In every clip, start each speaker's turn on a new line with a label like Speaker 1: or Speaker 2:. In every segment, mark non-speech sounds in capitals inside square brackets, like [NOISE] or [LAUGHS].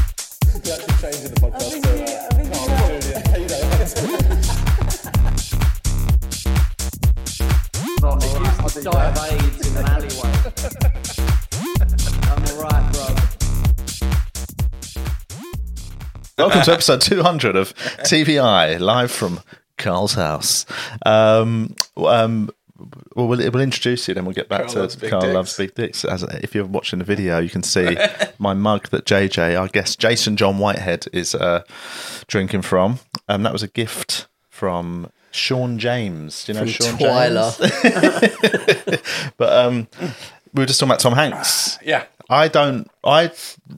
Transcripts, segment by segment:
Speaker 1: be actually changing the podcast.
Speaker 2: think
Speaker 1: so,
Speaker 2: we-
Speaker 1: uh,
Speaker 2: I think
Speaker 1: no,
Speaker 2: we
Speaker 1: I'm sorry,
Speaker 2: will.
Speaker 1: yeah, you know, it's-
Speaker 3: Bro, I used to die of AIDS in an alleyway. I'm alright, bro.
Speaker 4: Welcome to episode 200 of TVI, live from Carl's house. Um, um, well, we'll, we'll introduce you, then we'll get back
Speaker 1: Carl
Speaker 4: to
Speaker 1: loves big
Speaker 4: Carl
Speaker 1: dicks.
Speaker 4: Loves Big Dicks. As, if you're watching the video, you can see my mug that JJ, our guest Jason John Whitehead, is uh, drinking from. Um, that was a gift from Sean James. Do you know Sean James? um,
Speaker 3: Twyla.
Speaker 4: We were just talking about Tom Hanks.
Speaker 1: yeah.
Speaker 4: I don't. I. I,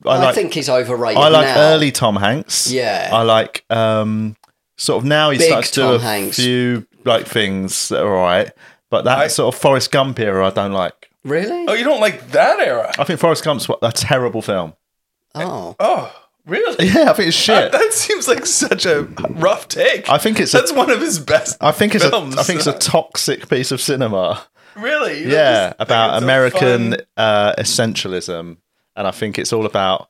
Speaker 5: I
Speaker 4: like,
Speaker 5: think he's overrated.
Speaker 4: I like
Speaker 5: now.
Speaker 4: early Tom Hanks.
Speaker 5: Yeah.
Speaker 4: I like um sort of now he
Speaker 5: Big
Speaker 4: starts to do
Speaker 5: Tom
Speaker 4: a
Speaker 5: Hanks.
Speaker 4: few like things that are alright. But that
Speaker 1: I-
Speaker 4: sort of Forrest Gump era I don't like.
Speaker 5: Really?
Speaker 1: Oh, you don't like that era?
Speaker 4: I think Forrest Gump's a terrible film. [LAUGHS]
Speaker 5: Oh,
Speaker 1: Oh, really?
Speaker 4: Yeah, I think it's shit.
Speaker 1: [LAUGHS] That seems like such a rough take.
Speaker 4: I think it's a-
Speaker 1: that's one of his best.
Speaker 4: I think it's a,
Speaker 1: films.
Speaker 4: I think it's a toxic piece of cinema.
Speaker 1: [LAUGHS] really You don't
Speaker 4: Yeah,
Speaker 1: just think
Speaker 4: about
Speaker 1: it's a
Speaker 4: American
Speaker 1: fun-
Speaker 4: uh, essentialism, and I think it's all about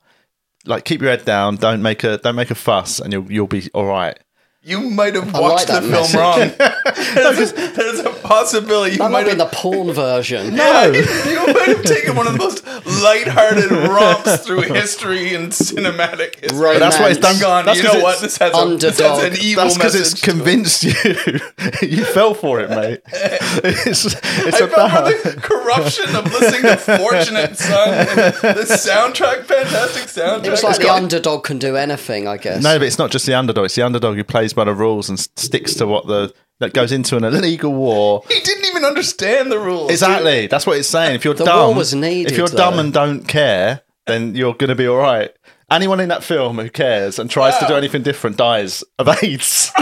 Speaker 4: like keep your head down, don't make a don't make a fuss, and you'll you'll be all right.
Speaker 1: You might have
Speaker 5: like
Speaker 1: watched
Speaker 5: that
Speaker 1: the
Speaker 5: message.
Speaker 4: [LAUGHS]
Speaker 1: film wrong. there's, a, there's a possibility you
Speaker 5: that might
Speaker 1: might
Speaker 5: have been
Speaker 1: have
Speaker 5: the
Speaker 4: [LAUGHS]
Speaker 5: porn version.
Speaker 1: you might have taken one of the most
Speaker 4: [LAUGHS]
Speaker 1: lighthearted romps through history and cinematic history.
Speaker 5: Right.
Speaker 4: that's why it's done.
Speaker 5: Romance.
Speaker 1: Gone.
Speaker 4: That's
Speaker 1: you
Speaker 4: 'cause
Speaker 1: know what?
Speaker 4: it's-
Speaker 1: This has, a, this has
Speaker 5: underdog.
Speaker 1: an evil
Speaker 4: That's because it's
Speaker 1: message.
Speaker 4: convinced you. [LAUGHS] you fell for it,
Speaker 1: [LAUGHS]
Speaker 4: mate. It's, it's
Speaker 1: I felt
Speaker 4: about.
Speaker 1: for the corruption of listening to Fortunate Son. and The soundtrack, fantastic soundtrack.
Speaker 5: It was like the underdog can do anything, I guess.
Speaker 4: No, but it's not just the underdog. It's the underdog who plays by the rules and s- sticks to what the that goes into an illegal war.
Speaker 1: he didn't even understand the rules.
Speaker 4: Exactly. That's what it's saying. If you're
Speaker 5: The
Speaker 4: dumb,
Speaker 5: war was needed,
Speaker 4: if you're
Speaker 5: though.
Speaker 4: dumb and don't care, then you're going to be all right. Anyone in that film who cares and tries to do anything different dies of [LAUGHS]
Speaker 1: [LAUGHS]
Speaker 4: AIDS.
Speaker 1: I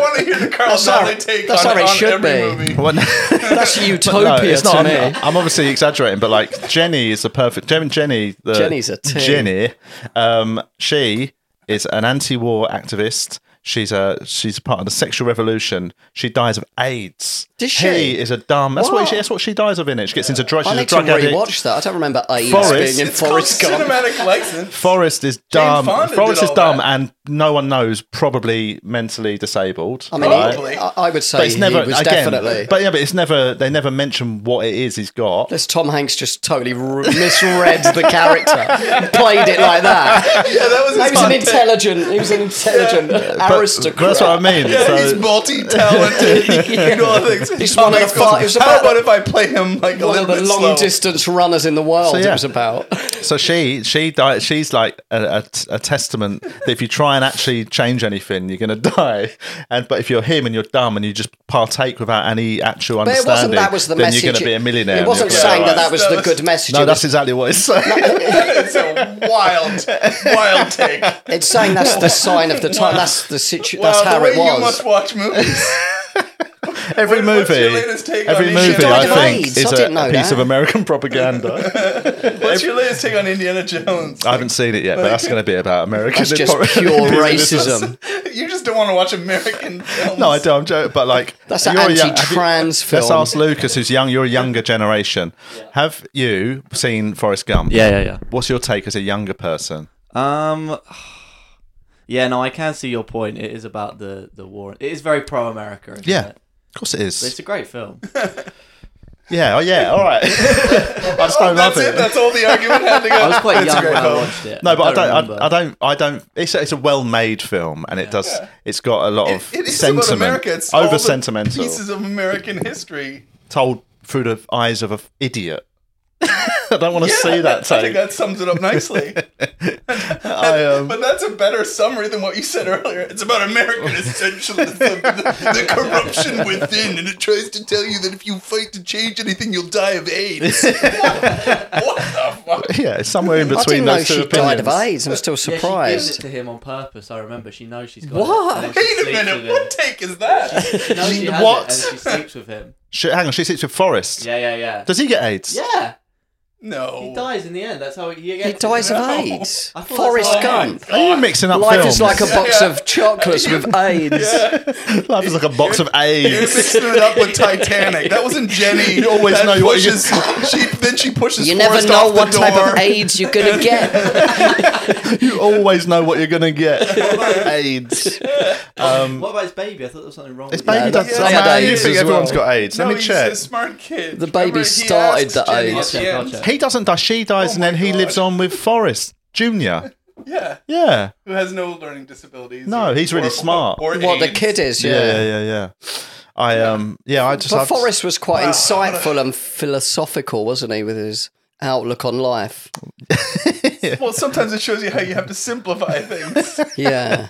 Speaker 1: want to hear the Carl
Speaker 5: how-
Speaker 1: Sally take
Speaker 5: that's
Speaker 1: on,
Speaker 5: how it
Speaker 1: on
Speaker 5: should
Speaker 1: every
Speaker 5: be.
Speaker 1: movie.
Speaker 4: Well, no-
Speaker 5: That's utopia
Speaker 4: no, it's not.
Speaker 5: to me.
Speaker 4: I'm, I'm obviously exaggerating, but like Jenny is the perfect. Jen, Jenny, the,
Speaker 5: Jenny's a two.
Speaker 4: Jenny. Um, she is an anti-war activist. She's a she's part of the sexual revolution. She dies of AIDS.
Speaker 5: Does
Speaker 4: He
Speaker 5: she?
Speaker 4: is a dumb. That's what,
Speaker 5: What?
Speaker 4: she. That's what she dies of in it. She gets into drugs. She's
Speaker 5: I
Speaker 4: a
Speaker 5: need to
Speaker 4: drug addict.
Speaker 5: rewatch that. I don't remember AIDS
Speaker 4: Forrest.
Speaker 5: being in
Speaker 1: It's called
Speaker 5: Forrest Gump.
Speaker 1: cinematic license.
Speaker 4: Forrest is dumb.
Speaker 1: Fonda did
Speaker 4: Forrest is
Speaker 1: all
Speaker 4: dumb,
Speaker 1: that.
Speaker 4: and no one knows. Probably mentally disabled.
Speaker 5: I mean,
Speaker 4: right?
Speaker 5: he, I, I would say
Speaker 4: but it's never
Speaker 5: he was
Speaker 4: again.
Speaker 5: definitely.
Speaker 4: But yeah, but it's never. They never mention what it is he's got.
Speaker 5: This Tom Hanks just totally r- misread the character,
Speaker 4: [LAUGHS]
Speaker 5: played it like that.
Speaker 1: Yeah, that was his
Speaker 5: He was an
Speaker 1: content.
Speaker 5: intelligent. He was an intelligent
Speaker 4: But-
Speaker 5: aristocrat.
Speaker 4: That's what
Speaker 5: [LAUGHS]
Speaker 4: I mean.
Speaker 1: Yeah,
Speaker 4: So-
Speaker 1: he's multi-talented. He can do all the things.
Speaker 5: He's
Speaker 1: Oh,
Speaker 5: one of
Speaker 1: my
Speaker 5: the
Speaker 1: God.
Speaker 5: fi- he's about-
Speaker 1: How about if I play him like a
Speaker 5: One
Speaker 1: little
Speaker 5: of the
Speaker 1: bit
Speaker 5: long
Speaker 1: slow?
Speaker 5: distance runners in the world.
Speaker 4: uh, So, yeah.
Speaker 5: It was about.
Speaker 4: So she she died. She's like a, a, a testament that if you try and actually change anything, you're gonna [LAUGHS] die. And but if you're him and you're dumb and you just partake without any actual
Speaker 5: But it
Speaker 4: understanding,
Speaker 5: wasn't that was the
Speaker 4: then
Speaker 5: message.
Speaker 4: you're gonna be a millionaire.
Speaker 5: It
Speaker 4: and
Speaker 5: wasn't
Speaker 4: you're gonna
Speaker 5: saying
Speaker 4: die.
Speaker 5: that that was
Speaker 1: That
Speaker 5: the
Speaker 1: was-
Speaker 5: good message.
Speaker 4: No,
Speaker 5: It
Speaker 4: that's
Speaker 5: was-
Speaker 4: exactly what it's saying.
Speaker 1: [LAUGHS] It's a wild, wild take.
Speaker 5: It's saying that's the sign of the time. That's the situ- That's
Speaker 1: wow,
Speaker 5: how
Speaker 1: the way
Speaker 5: it
Speaker 1: you must
Speaker 5: was.
Speaker 1: watch movies.
Speaker 4: [LAUGHS] every
Speaker 1: what's
Speaker 4: movie,
Speaker 1: your latest take on
Speaker 4: every
Speaker 1: Indiana
Speaker 4: movie,
Speaker 5: Jones?
Speaker 4: I think,
Speaker 5: AIDS. I
Speaker 4: is a,
Speaker 5: didn't
Speaker 4: a
Speaker 5: know
Speaker 4: piece
Speaker 5: that.
Speaker 4: of American propaganda.
Speaker 1: What's your latest take on Indiana Jones?
Speaker 4: I haven't seen it yet, but that's gonna be about American.
Speaker 5: It's just
Speaker 4: [LAUGHS]
Speaker 5: pure racism.
Speaker 1: [LAUGHS] You just don't want to watch American
Speaker 4: [LAUGHS]
Speaker 1: films.
Speaker 4: No, I don't. I'm joking, but like
Speaker 5: That's an
Speaker 4: you're a young-
Speaker 5: anti-trans
Speaker 4: have you- Let's
Speaker 5: film.
Speaker 4: ask Lucas, who's young. You're a younger generation. Have you seen Forrest Gump?
Speaker 3: Yeah, yeah,
Speaker 4: What's your take as a younger person?
Speaker 3: yeah. Um, yeah, no, I can see your point. It is about the the war. It is very pro America.
Speaker 4: Yeah,
Speaker 3: it?
Speaker 4: of course it
Speaker 3: But it's
Speaker 4: is.
Speaker 3: a great
Speaker 4: [LAUGHS]
Speaker 3: film.
Speaker 4: Yeah, oh yeah, all right. [LAUGHS] I just don't love
Speaker 1: That's it.
Speaker 4: it.
Speaker 1: That's all the argument
Speaker 4: [LAUGHS]
Speaker 1: had to go.
Speaker 3: I was quite young when I
Speaker 1: film.
Speaker 3: watched it.
Speaker 4: No, but I don't.
Speaker 3: remember.
Speaker 4: I, I don't. I don't. It's a, it's a well-made film, and it does. It's got a lot of
Speaker 1: [LAUGHS] It is
Speaker 4: sentiment,
Speaker 1: about America. It's all the
Speaker 4: over sentimental,
Speaker 1: Pieces of American history.
Speaker 4: told through the eyes of an idiot. [LAUGHS] I don't want to see that
Speaker 1: [LAUGHS] I think
Speaker 4: take.
Speaker 1: that sums it
Speaker 4: [LAUGHS]
Speaker 1: up nicely.
Speaker 4: I, um,
Speaker 1: But that's a better summary than what you said earlier. It's about
Speaker 4: [LAUGHS]
Speaker 1: American essentialism, the, the corruption within, and it tries to tell you that if you fight to change anything, you'll die
Speaker 4: [LAUGHS]
Speaker 1: of AIDS. what the fuck?
Speaker 4: yeah, it's somewhere in
Speaker 5: I didn't
Speaker 4: between
Speaker 5: know
Speaker 4: those two
Speaker 5: she died of AIDS.
Speaker 4: opinions.
Speaker 5: I'm still
Speaker 3: Yeah, she gives
Speaker 5: surprised.
Speaker 3: it to him on purpose. I remember. She knows she's got
Speaker 5: What?
Speaker 3: it. and then she
Speaker 1: Wait a
Speaker 3: sleeps
Speaker 1: minute,
Speaker 3: with him.
Speaker 1: what take is that?
Speaker 4: [LAUGHS]
Speaker 3: She knows she has
Speaker 4: What?
Speaker 3: It, and then she sleeps with him.
Speaker 4: She, hang on, she sleeps with Forrest.
Speaker 3: Yeah, yeah, yeah.
Speaker 4: Does he get AIDS?
Speaker 3: Yeah.
Speaker 1: No.
Speaker 3: He dies in the end. That's how he gets
Speaker 5: He
Speaker 3: it.
Speaker 5: dies of
Speaker 1: No.
Speaker 5: AIDS.
Speaker 3: I thought that's
Speaker 5: Forrest
Speaker 3: what-
Speaker 5: Gump.
Speaker 4: Are you mixing up
Speaker 5: Life
Speaker 4: films?
Speaker 5: is
Speaker 4: [LAUGHS]
Speaker 5: like a box
Speaker 1: Yeah.
Speaker 5: of chocolates with AIDS.
Speaker 4: Life is like a box of
Speaker 1: You're
Speaker 4: AIDS.
Speaker 1: [LAUGHS] mixing it up with Titanic. That wasn't Jenny.
Speaker 4: You always
Speaker 1: that
Speaker 4: know what you're
Speaker 1: [LAUGHS] pushes, she, then she pushes.
Speaker 5: You never
Speaker 1: Forrest
Speaker 5: know
Speaker 1: off the
Speaker 5: what type
Speaker 1: door.
Speaker 5: of AIDS you're gonna get.
Speaker 4: You always know what you're going to [LAUGHS] get. AIDS.
Speaker 3: what about his baby? I thought there was something wrong.
Speaker 4: It's
Speaker 3: with it.
Speaker 4: baby
Speaker 5: Yeah,
Speaker 4: that's,
Speaker 5: that's-
Speaker 4: oh,
Speaker 5: I had
Speaker 4: man, you
Speaker 5: AIDS
Speaker 4: think
Speaker 5: as
Speaker 4: everyone's
Speaker 5: well.
Speaker 4: got AIDS.
Speaker 1: No,
Speaker 4: Let me
Speaker 1: he's
Speaker 4: check.
Speaker 1: a smart kid.
Speaker 5: The baby
Speaker 1: Remember, he
Speaker 5: started
Speaker 1: asks
Speaker 5: the
Speaker 1: Jenny
Speaker 5: AIDS.
Speaker 1: at the
Speaker 3: I'll
Speaker 1: end.
Speaker 3: check, I'll check.
Speaker 4: He doesn't die, she dies, and
Speaker 1: Oh my
Speaker 4: then he
Speaker 1: God.
Speaker 4: lives on with Forrest Junior.
Speaker 1: Yeah,
Speaker 4: Yeah.
Speaker 1: who has no learning disabilities.
Speaker 4: No,
Speaker 1: or-
Speaker 4: he's really
Speaker 1: or-
Speaker 4: smart.
Speaker 1: Or,
Speaker 5: What the
Speaker 1: AIDS.
Speaker 5: kid is,
Speaker 4: Yeah,
Speaker 5: yeah.
Speaker 4: yeah, yeah, yeah. I um yeah, I just
Speaker 5: But
Speaker 4: I've-
Speaker 5: Forrest was quite insightful and philosophical, wasn't he, with his outlook on life?
Speaker 1: Well, sometimes it shows you how you have
Speaker 4: [LAUGHS]
Speaker 1: to simplify things.
Speaker 5: Yeah.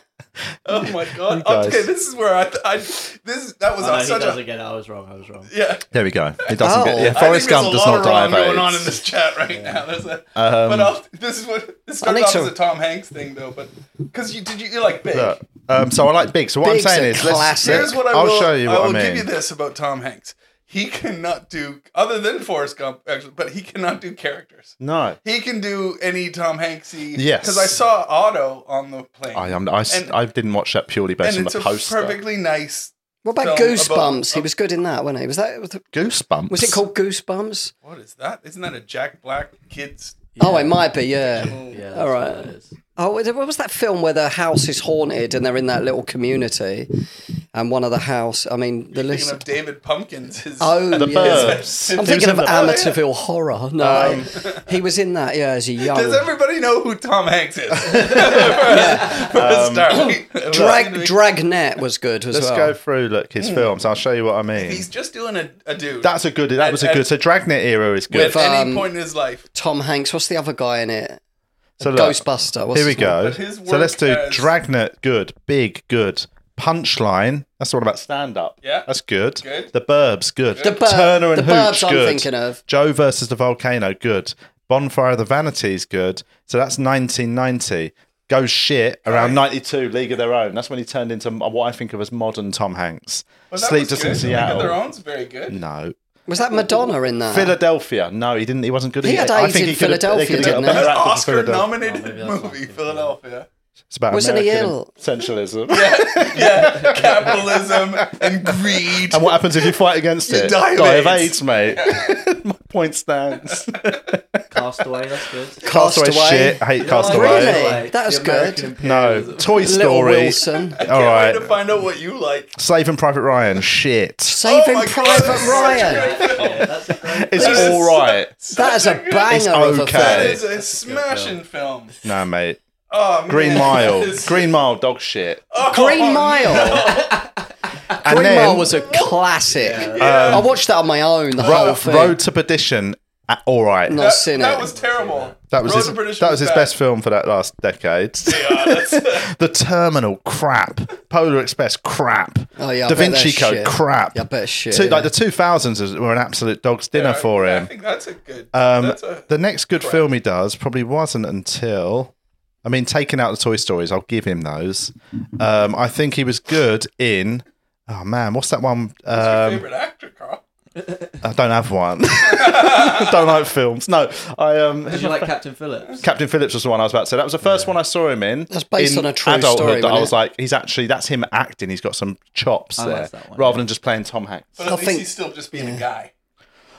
Speaker 1: oh my god.
Speaker 4: guys.
Speaker 1: Okay, this is where I, I this that was
Speaker 3: Oh, no, he
Speaker 1: such
Speaker 3: doesn't
Speaker 1: a
Speaker 3: get it. I was wrong. I was wrong.
Speaker 1: yeah.
Speaker 4: There we go. He doesn't
Speaker 5: Oh.
Speaker 4: get yeah,
Speaker 5: I
Speaker 1: I
Speaker 4: Forrest
Speaker 1: think there's
Speaker 4: Gump
Speaker 1: a
Speaker 4: does
Speaker 1: lot
Speaker 4: not
Speaker 1: of
Speaker 4: die
Speaker 1: wrong
Speaker 4: of
Speaker 1: going on in
Speaker 4: AIDS. Um,
Speaker 1: this chat right now. There's a, but I'll, this is what it
Speaker 5: I
Speaker 1: started
Speaker 5: need
Speaker 1: off
Speaker 5: to-
Speaker 1: as a Tom Hanks thing though, but because you did you you're like big.
Speaker 4: Look, Um, so I like Big. So what
Speaker 5: Big's
Speaker 4: I'm saying
Speaker 5: a
Speaker 4: is, let's,
Speaker 5: classic.
Speaker 1: Here's what I
Speaker 4: I'll
Speaker 1: will,
Speaker 4: show you what I,
Speaker 1: will
Speaker 4: mean.
Speaker 1: give you this about Tom Hanks. He cannot do other than Forrest Gump actually, but he cannot do characters.
Speaker 4: No,
Speaker 1: He can do any Tom Hanksy.
Speaker 4: Yes.
Speaker 1: because I saw Otto on the plane,
Speaker 4: I, I'm, I, s-
Speaker 1: And-
Speaker 4: I didn't watch that purely based
Speaker 1: and
Speaker 4: on
Speaker 1: it's
Speaker 4: the
Speaker 1: a
Speaker 4: poster.
Speaker 1: perfectly nice.
Speaker 5: What about
Speaker 1: Film
Speaker 5: Goosebumps?
Speaker 1: about-
Speaker 5: he was good in that, wasn't he? Was that was the-
Speaker 4: Goosebumps.
Speaker 5: was it called Goosebumps?
Speaker 1: What is that? Isn't that a Jack Black kids?
Speaker 5: Oh, it might be, yeah.
Speaker 3: Yeah. that's
Speaker 5: All right.
Speaker 3: what it is.
Speaker 5: Oh, what was that film where the house is haunted and they're in that little community, and one of the house? I mean, the
Speaker 1: Thinking
Speaker 5: list.
Speaker 1: of David Pumpkins. His,
Speaker 5: Oh,
Speaker 4: The
Speaker 5: yeah.
Speaker 4: Burbs?
Speaker 5: I'm
Speaker 4: He was
Speaker 5: thinking
Speaker 4: in
Speaker 5: of
Speaker 4: the- Um,
Speaker 5: Amateurville Horror. No, he was in that. Yeah, as a young.
Speaker 1: Does everybody know who Tom
Speaker 4: [LAUGHS]
Speaker 1: Hanks is? [LAUGHS] for a, for
Speaker 4: Um,
Speaker 1: a
Speaker 4: [CLEARS THROAT]
Speaker 1: start.
Speaker 5: Drag Dragnet was good as
Speaker 4: Let's
Speaker 5: well.
Speaker 4: go through look his films. I'll show you what I mean.
Speaker 1: He's just doing a, a dude.
Speaker 4: That's a good. That was a
Speaker 1: and-
Speaker 4: good. So Dragnet era is good.
Speaker 1: at any
Speaker 5: um,
Speaker 1: point in his life.
Speaker 5: Tom Hanks. What's the other guy in it?
Speaker 4: so look,
Speaker 5: Ghostbuster. What's
Speaker 4: here we
Speaker 5: his name?
Speaker 4: go.
Speaker 1: But his
Speaker 4: So let's
Speaker 1: work
Speaker 4: do
Speaker 1: as-
Speaker 4: Dragnet. Good, big, good. Punchline. That's all about stand up.
Speaker 1: Yeah.
Speaker 4: that's good.
Speaker 1: Good.
Speaker 4: The Burbs. Good.
Speaker 5: The Bur-
Speaker 4: Turner and
Speaker 5: The
Speaker 4: Hooch.
Speaker 5: Burbs I'm
Speaker 4: good.
Speaker 5: thinking of.
Speaker 4: Joe versus the volcano. Good. Bonfire of the Vanities. Good. So that's 1990. Go shit around 92. League of Their Own. That's when he turned into what I think of as modern Tom Hanks.
Speaker 1: Well, that
Speaker 4: Sleep
Speaker 1: was
Speaker 4: Sleepless
Speaker 1: good.
Speaker 4: in Seattle.
Speaker 1: League of Their Own's very good.
Speaker 4: No.
Speaker 5: Was that Madonna in that?
Speaker 4: Philadelphia. No, he didn't. He wasn't good.
Speaker 5: Ah. He
Speaker 4: at
Speaker 5: had
Speaker 4: it. I
Speaker 5: AIDS
Speaker 4: think
Speaker 5: in
Speaker 4: he could have- they
Speaker 5: Philadelphia,
Speaker 4: could have got a
Speaker 5: didn't he?
Speaker 4: better
Speaker 1: An
Speaker 4: actor for
Speaker 1: Oscar
Speaker 4: Philadelphia.
Speaker 3: Oh,
Speaker 1: nominated
Speaker 3: maybe that's
Speaker 1: movie,
Speaker 3: not
Speaker 1: Philadelphia.
Speaker 4: It's about
Speaker 5: Wasn't he
Speaker 4: American
Speaker 5: ill?
Speaker 4: essentialism.
Speaker 1: [LAUGHS] Yeah, capitalism and greed.
Speaker 4: And what happens if you fight against
Speaker 1: You
Speaker 4: it?
Speaker 1: die of
Speaker 4: of AIDS,
Speaker 1: AIDS.
Speaker 4: mate. [LAUGHS] My point stands.
Speaker 3: Castaway. That's good.
Speaker 4: Castaway
Speaker 5: Castaway.
Speaker 4: shit. I hate [LAUGHS] Castaway.
Speaker 5: Really?
Speaker 3: Castaway,
Speaker 5: That was
Speaker 3: the American [LAUGHS]
Speaker 5: good.
Speaker 4: No.
Speaker 3: Imperialism.
Speaker 4: Toy
Speaker 5: Little
Speaker 4: Story.
Speaker 5: Wilson.
Speaker 4: All
Speaker 1: Can't
Speaker 4: right.
Speaker 1: wait to find out what you like.
Speaker 4: Saving Private Ryan. Shit.
Speaker 5: Saving
Speaker 1: my God, that's
Speaker 5: Private
Speaker 1: such
Speaker 4: [LAUGHS]
Speaker 1: a
Speaker 5: Ryan.
Speaker 3: Yeah, that's a great.
Speaker 4: It's
Speaker 1: That is
Speaker 4: all right.
Speaker 5: That is a banger of a
Speaker 4: okay.
Speaker 1: That
Speaker 5: film.
Speaker 1: is a smashing film.
Speaker 4: No, mate.
Speaker 1: Oh, man. [LAUGHS]
Speaker 5: [LAUGHS]
Speaker 4: Green Mile.
Speaker 1: It's-
Speaker 4: Green Mile. Dog shit.
Speaker 1: oh,
Speaker 5: Green Mile.
Speaker 4: and
Speaker 5: Green
Speaker 4: then Um,
Speaker 5: Mile was a classic. I watched that on my own. The whole
Speaker 4: Ro-
Speaker 5: thing.
Speaker 4: Road to Perdition. Uh, all right.
Speaker 5: No.
Speaker 1: That,
Speaker 5: I've seen
Speaker 1: that
Speaker 5: it.
Speaker 1: was terrible.
Speaker 4: That was
Speaker 1: Road
Speaker 4: his.
Speaker 1: to Perdition
Speaker 4: That was his
Speaker 1: bad.
Speaker 4: best film for that last decade.
Speaker 1: [LAUGHS] Yeah,
Speaker 5: [LAUGHS]
Speaker 1: that's-
Speaker 4: [LAUGHS] The Terminal, crap. Polar Express, crap.
Speaker 5: Oh, yeah, I
Speaker 4: da
Speaker 5: bet
Speaker 4: Vinci
Speaker 5: they're
Speaker 4: Code,
Speaker 5: shit.
Speaker 4: crap.
Speaker 5: Yeah, I bet it's shit,
Speaker 4: Two-
Speaker 5: yeah.
Speaker 4: Like the two thousands were an absolute dog's dinner for
Speaker 1: I, I
Speaker 4: him.
Speaker 1: think that's a good.
Speaker 4: Um,
Speaker 1: that's a,
Speaker 4: the next good film he does probably wasn't until, I mean, taking out the Toy Stories, I'll give him those. Um, I think he was good in. Oh man, what's that one?
Speaker 1: your
Speaker 4: Um,
Speaker 1: favorite actor, Carl.
Speaker 4: I don't have one. [LAUGHS] don't like films. No, I um.
Speaker 3: Did you like Captain
Speaker 4: [LAUGHS]
Speaker 3: Phillips?
Speaker 4: Captain Phillips was the one I was about to say. That was the first one I saw him in.
Speaker 5: That's based
Speaker 4: in
Speaker 5: on a true
Speaker 4: adulthood
Speaker 5: story,
Speaker 4: That I
Speaker 5: wasn't
Speaker 4: was
Speaker 5: it?
Speaker 4: like, he's actually that's him acting. He's got some chops
Speaker 3: I
Speaker 4: there,
Speaker 3: liked that one,
Speaker 4: rather
Speaker 3: yeah.
Speaker 4: than just playing Tom Hanks.
Speaker 1: But at
Speaker 5: I
Speaker 1: least
Speaker 5: think-
Speaker 1: he's still just being a guy.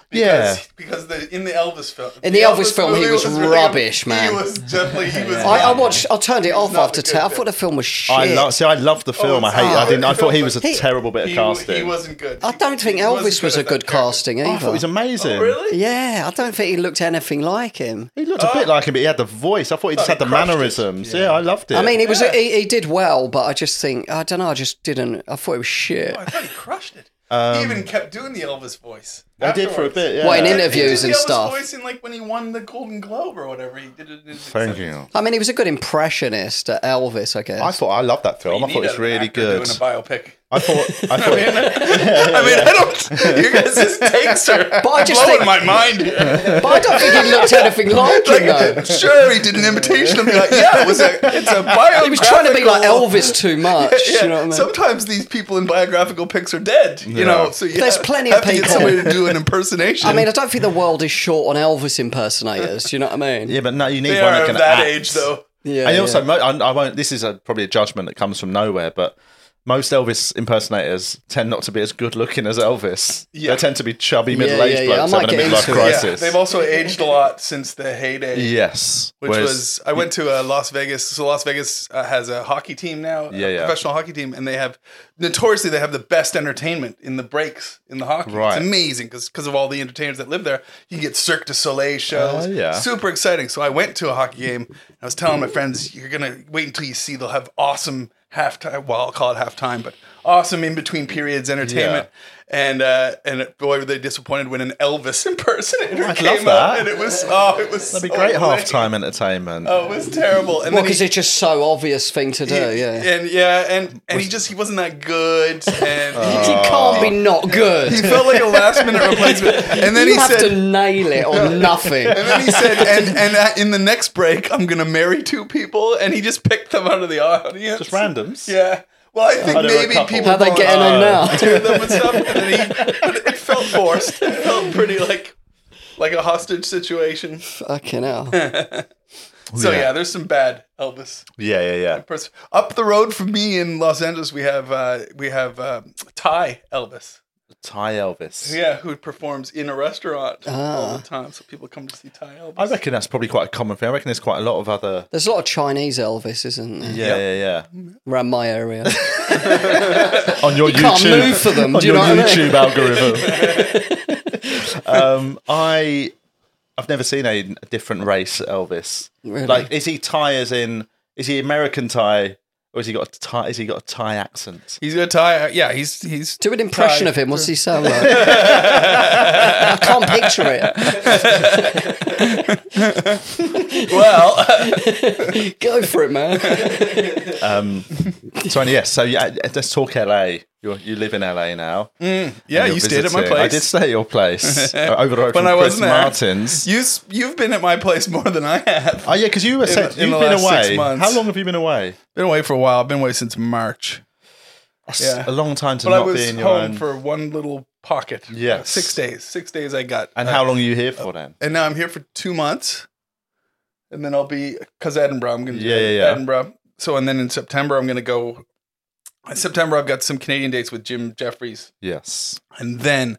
Speaker 4: Yeah.
Speaker 1: Because- because the, in the Elvis film,
Speaker 5: In the Elvis film, he was
Speaker 1: really-
Speaker 5: rubbish, man.
Speaker 1: He was definitely he was.
Speaker 5: I, I
Speaker 1: not-
Speaker 5: watched. I turned it off
Speaker 1: not
Speaker 5: after
Speaker 1: a good
Speaker 5: ten. I
Speaker 1: film.
Speaker 5: thought the film was shit.
Speaker 4: I love. See, I love the film. I
Speaker 1: it's-
Speaker 4: hate. I
Speaker 1: oh,
Speaker 4: didn't. I
Speaker 1: it
Speaker 4: thought he
Speaker 1: feels
Speaker 4: was a
Speaker 5: like- He-
Speaker 4: terrible bit of
Speaker 1: He,
Speaker 4: casting.
Speaker 1: he wasn't good.
Speaker 5: I don't think
Speaker 1: He wasn't
Speaker 5: Elvis was
Speaker 1: at
Speaker 5: a
Speaker 1: that
Speaker 5: good
Speaker 1: character.
Speaker 5: casting
Speaker 4: I thought he
Speaker 5: either.
Speaker 4: was amazing.
Speaker 1: Oh, Really?
Speaker 5: yeah, I don't think he looked anything like him.
Speaker 4: He looked a bit like him, but he had the voice. I thought he just had the
Speaker 1: Oh. crushed it.
Speaker 4: mannerisms. Yeah. I loved it.
Speaker 5: I mean, he was
Speaker 1: Yeah.
Speaker 5: he, he did well, but I just think I don't know. I just didn't. I thought it was shit.
Speaker 1: Oh, I thought he crushed it. he
Speaker 5: Um,
Speaker 1: even kept doing the Elvis voice.
Speaker 4: I did for a
Speaker 1: afterwards.
Speaker 4: bit. Yeah.
Speaker 5: What, in
Speaker 1: He did
Speaker 5: interviews
Speaker 1: the
Speaker 5: and
Speaker 1: Elvis
Speaker 5: stuff.
Speaker 1: Voice in like when he won the Golden Globe or whatever. He did it. In his
Speaker 4: Thank
Speaker 1: acceptance.
Speaker 4: you.
Speaker 5: I mean, he was a good impressionist at Elvis, I guess.
Speaker 4: I thought I loved that film. I
Speaker 1: You
Speaker 4: thought
Speaker 1: need
Speaker 4: it was
Speaker 1: an
Speaker 4: really
Speaker 1: actor
Speaker 4: good.
Speaker 1: Doing a biopic.
Speaker 5: [LAUGHS]
Speaker 4: I thought.
Speaker 1: [LAUGHS]
Speaker 4: I thought.
Speaker 1: I mean, I [LAUGHS] don't. You guys, this takes are
Speaker 5: [LAUGHS]
Speaker 1: but
Speaker 5: I just
Speaker 1: blowing
Speaker 5: think-
Speaker 1: my mind. here.
Speaker 5: [LAUGHS] but I don't think he looked anything like him. Though.
Speaker 1: [LAUGHS] Sure, he did an imitation of me. Like, yeah, it was a, it's a
Speaker 5: [LAUGHS]
Speaker 1: bio.
Speaker 5: He was trying to be like Elvis too much. You know what I mean?
Speaker 1: Sometimes these people in biographical pics are dead, you know. So you
Speaker 5: There's
Speaker 1: ha-
Speaker 5: plenty
Speaker 1: have
Speaker 5: of
Speaker 1: to get
Speaker 5: people.
Speaker 1: somebody to do an impersonation.
Speaker 5: I mean, I don't think the world is short on Elvis impersonators. Do you know what I mean?
Speaker 4: yeah, but no, you need
Speaker 1: they
Speaker 4: one
Speaker 1: are
Speaker 4: that
Speaker 1: of
Speaker 4: can
Speaker 1: that
Speaker 4: act.
Speaker 1: age, though.
Speaker 5: yeah
Speaker 4: and also,
Speaker 5: yeah.
Speaker 4: mo- I, I won't. This is a, probably a judgment that comes from nowhere, but most Elvis impersonators tend not to be as good looking as Elvis.
Speaker 1: Yeah.
Speaker 4: They tend to be chubby
Speaker 5: Yeah,
Speaker 4: middle aged
Speaker 5: yeah, yeah. I
Speaker 4: blokes
Speaker 5: might
Speaker 4: having
Speaker 5: get
Speaker 4: a midlife
Speaker 5: into it.
Speaker 1: Yeah,
Speaker 4: crisis.
Speaker 1: they've also aged a lot since the heyday.
Speaker 4: yes.
Speaker 1: Which
Speaker 4: Whereas-
Speaker 1: was I went to uh, Las Vegas. So Las Vegas uh, has a hockey team now,
Speaker 4: Yeah,
Speaker 1: a
Speaker 4: yeah.
Speaker 1: professional hockey team, and they have notoriously they have the best entertainment in the breaks in the hockey.
Speaker 4: Right.
Speaker 1: It's amazing because of all the entertainers that live there. You get Cirque du Soleil shows.
Speaker 4: Oh, yeah.
Speaker 1: super exciting. So I went to a hockey game. And I was telling my friends, "You're gonna wait until you see they'll have awesome halftime. Well, I'll call it halftime, but awesome in between periods entertainment." And uh, and boy, were they disappointed when an Elvis [LAUGHS] impersonator
Speaker 4: Oh, I'd
Speaker 1: came
Speaker 4: love that.
Speaker 1: up, and it was oh, it was
Speaker 4: That'd be
Speaker 1: so
Speaker 4: great
Speaker 1: lame.
Speaker 4: halftime entertainment.
Speaker 1: Oh, it was terrible. And
Speaker 5: Well,
Speaker 1: then
Speaker 5: because
Speaker 1: he,
Speaker 5: it's just so obvious thing to do. yeah.
Speaker 1: and yeah, and and he just he wasn't that good, and
Speaker 5: He [LAUGHS] can't be not [LAUGHS]
Speaker 1: he,
Speaker 5: good.
Speaker 1: he felt like a
Speaker 5: [LAUGHS]
Speaker 1: last minute replacement. And then
Speaker 5: Uh, you
Speaker 1: he
Speaker 5: have to
Speaker 1: said.
Speaker 5: nail it or nothing. [LAUGHS]
Speaker 1: And then he said, and, and uh, in the next break, I'm going to marry two people. And he just picked them out of the audience.
Speaker 4: Just randoms.
Speaker 1: Yeah. Well, I think
Speaker 4: Oh, they were a
Speaker 1: maybe
Speaker 4: couple.
Speaker 1: people
Speaker 5: How they
Speaker 1: volunteered
Speaker 5: getting on now?
Speaker 1: to them and stuff.
Speaker 5: [LAUGHS]
Speaker 1: And then he, but it felt forced. It felt pretty like like a hostage situation.
Speaker 5: Fucking hell.
Speaker 1: So,
Speaker 4: Yeah.
Speaker 1: yeah, there's some bad Elvis.
Speaker 4: Yeah, yeah, yeah.
Speaker 1: Pers- Up the road from me in Los Angeles, we have uh, we have uh, Ty Elvis,
Speaker 4: Thai Elvis.
Speaker 1: yeah, who performs in a restaurant
Speaker 4: Ah.
Speaker 1: all the time. So people come to see Ty Elvis.
Speaker 4: I reckon that's probably quite a common thing. I reckon there's quite a lot of other.
Speaker 5: There's a lot of Chinese Elvis, isn't there?
Speaker 4: Yeah, yeah, yeah.
Speaker 5: Around my area.
Speaker 4: On your
Speaker 5: You can't
Speaker 4: YouTube,
Speaker 5: move for them,
Speaker 4: [LAUGHS] on
Speaker 5: do you
Speaker 4: your
Speaker 5: know what I mean?
Speaker 4: YouTube algorithm.
Speaker 5: [LAUGHS]
Speaker 4: um, I, I've never seen a different race Elvis.
Speaker 5: Really?
Speaker 4: Like, is he Thai as in? Is he American Thai, or has he got a Thai? Has he got a Thai accent?
Speaker 1: he's got Ty. uh, Yeah, he's he's.
Speaker 5: Do an impression
Speaker 1: Thai.
Speaker 5: of him. What's he sound
Speaker 1: [LAUGHS]
Speaker 5: like? I can't picture it.
Speaker 1: Well,
Speaker 5: [LAUGHS] Go for it, man. [LAUGHS]
Speaker 4: So Um, yes, so yeah, let's talk LA. You're, you live in LA now.
Speaker 1: Mm. yeah,
Speaker 4: You're
Speaker 1: you stayed at my
Speaker 4: visiting.
Speaker 1: place.
Speaker 4: I did stay at your
Speaker 1: [LAUGHS]
Speaker 4: place uh, over the road
Speaker 1: when
Speaker 4: from
Speaker 1: I
Speaker 4: Chris
Speaker 1: wasn't there.
Speaker 4: Martin's.
Speaker 1: You s- you've been at my place more than I have.
Speaker 4: Oh yeah, because you were saying
Speaker 1: in
Speaker 4: you've
Speaker 1: the
Speaker 4: been
Speaker 1: last six
Speaker 4: away.
Speaker 1: months.
Speaker 4: How long have you been away?
Speaker 1: Been away for a while. I've been away since March,
Speaker 4: That's
Speaker 1: Yeah.
Speaker 4: a long time to
Speaker 1: but
Speaker 4: not
Speaker 1: I
Speaker 4: be
Speaker 1: was
Speaker 4: in your
Speaker 1: home
Speaker 4: own.
Speaker 1: for one little pocket.
Speaker 4: Yes.
Speaker 1: Uh, six days. Six days I got.
Speaker 4: and
Speaker 1: Uh,
Speaker 4: how long are you here for then?
Speaker 1: and now I'm here for two months, and then I'll be because Edinburgh. I'm gonna do
Speaker 4: Yeah, yeah, yeah.
Speaker 1: Edinburgh. So and then in September I'm gonna go. In September I've got some Canadian dates with Jim Jeffries,
Speaker 4: Yes.
Speaker 1: and then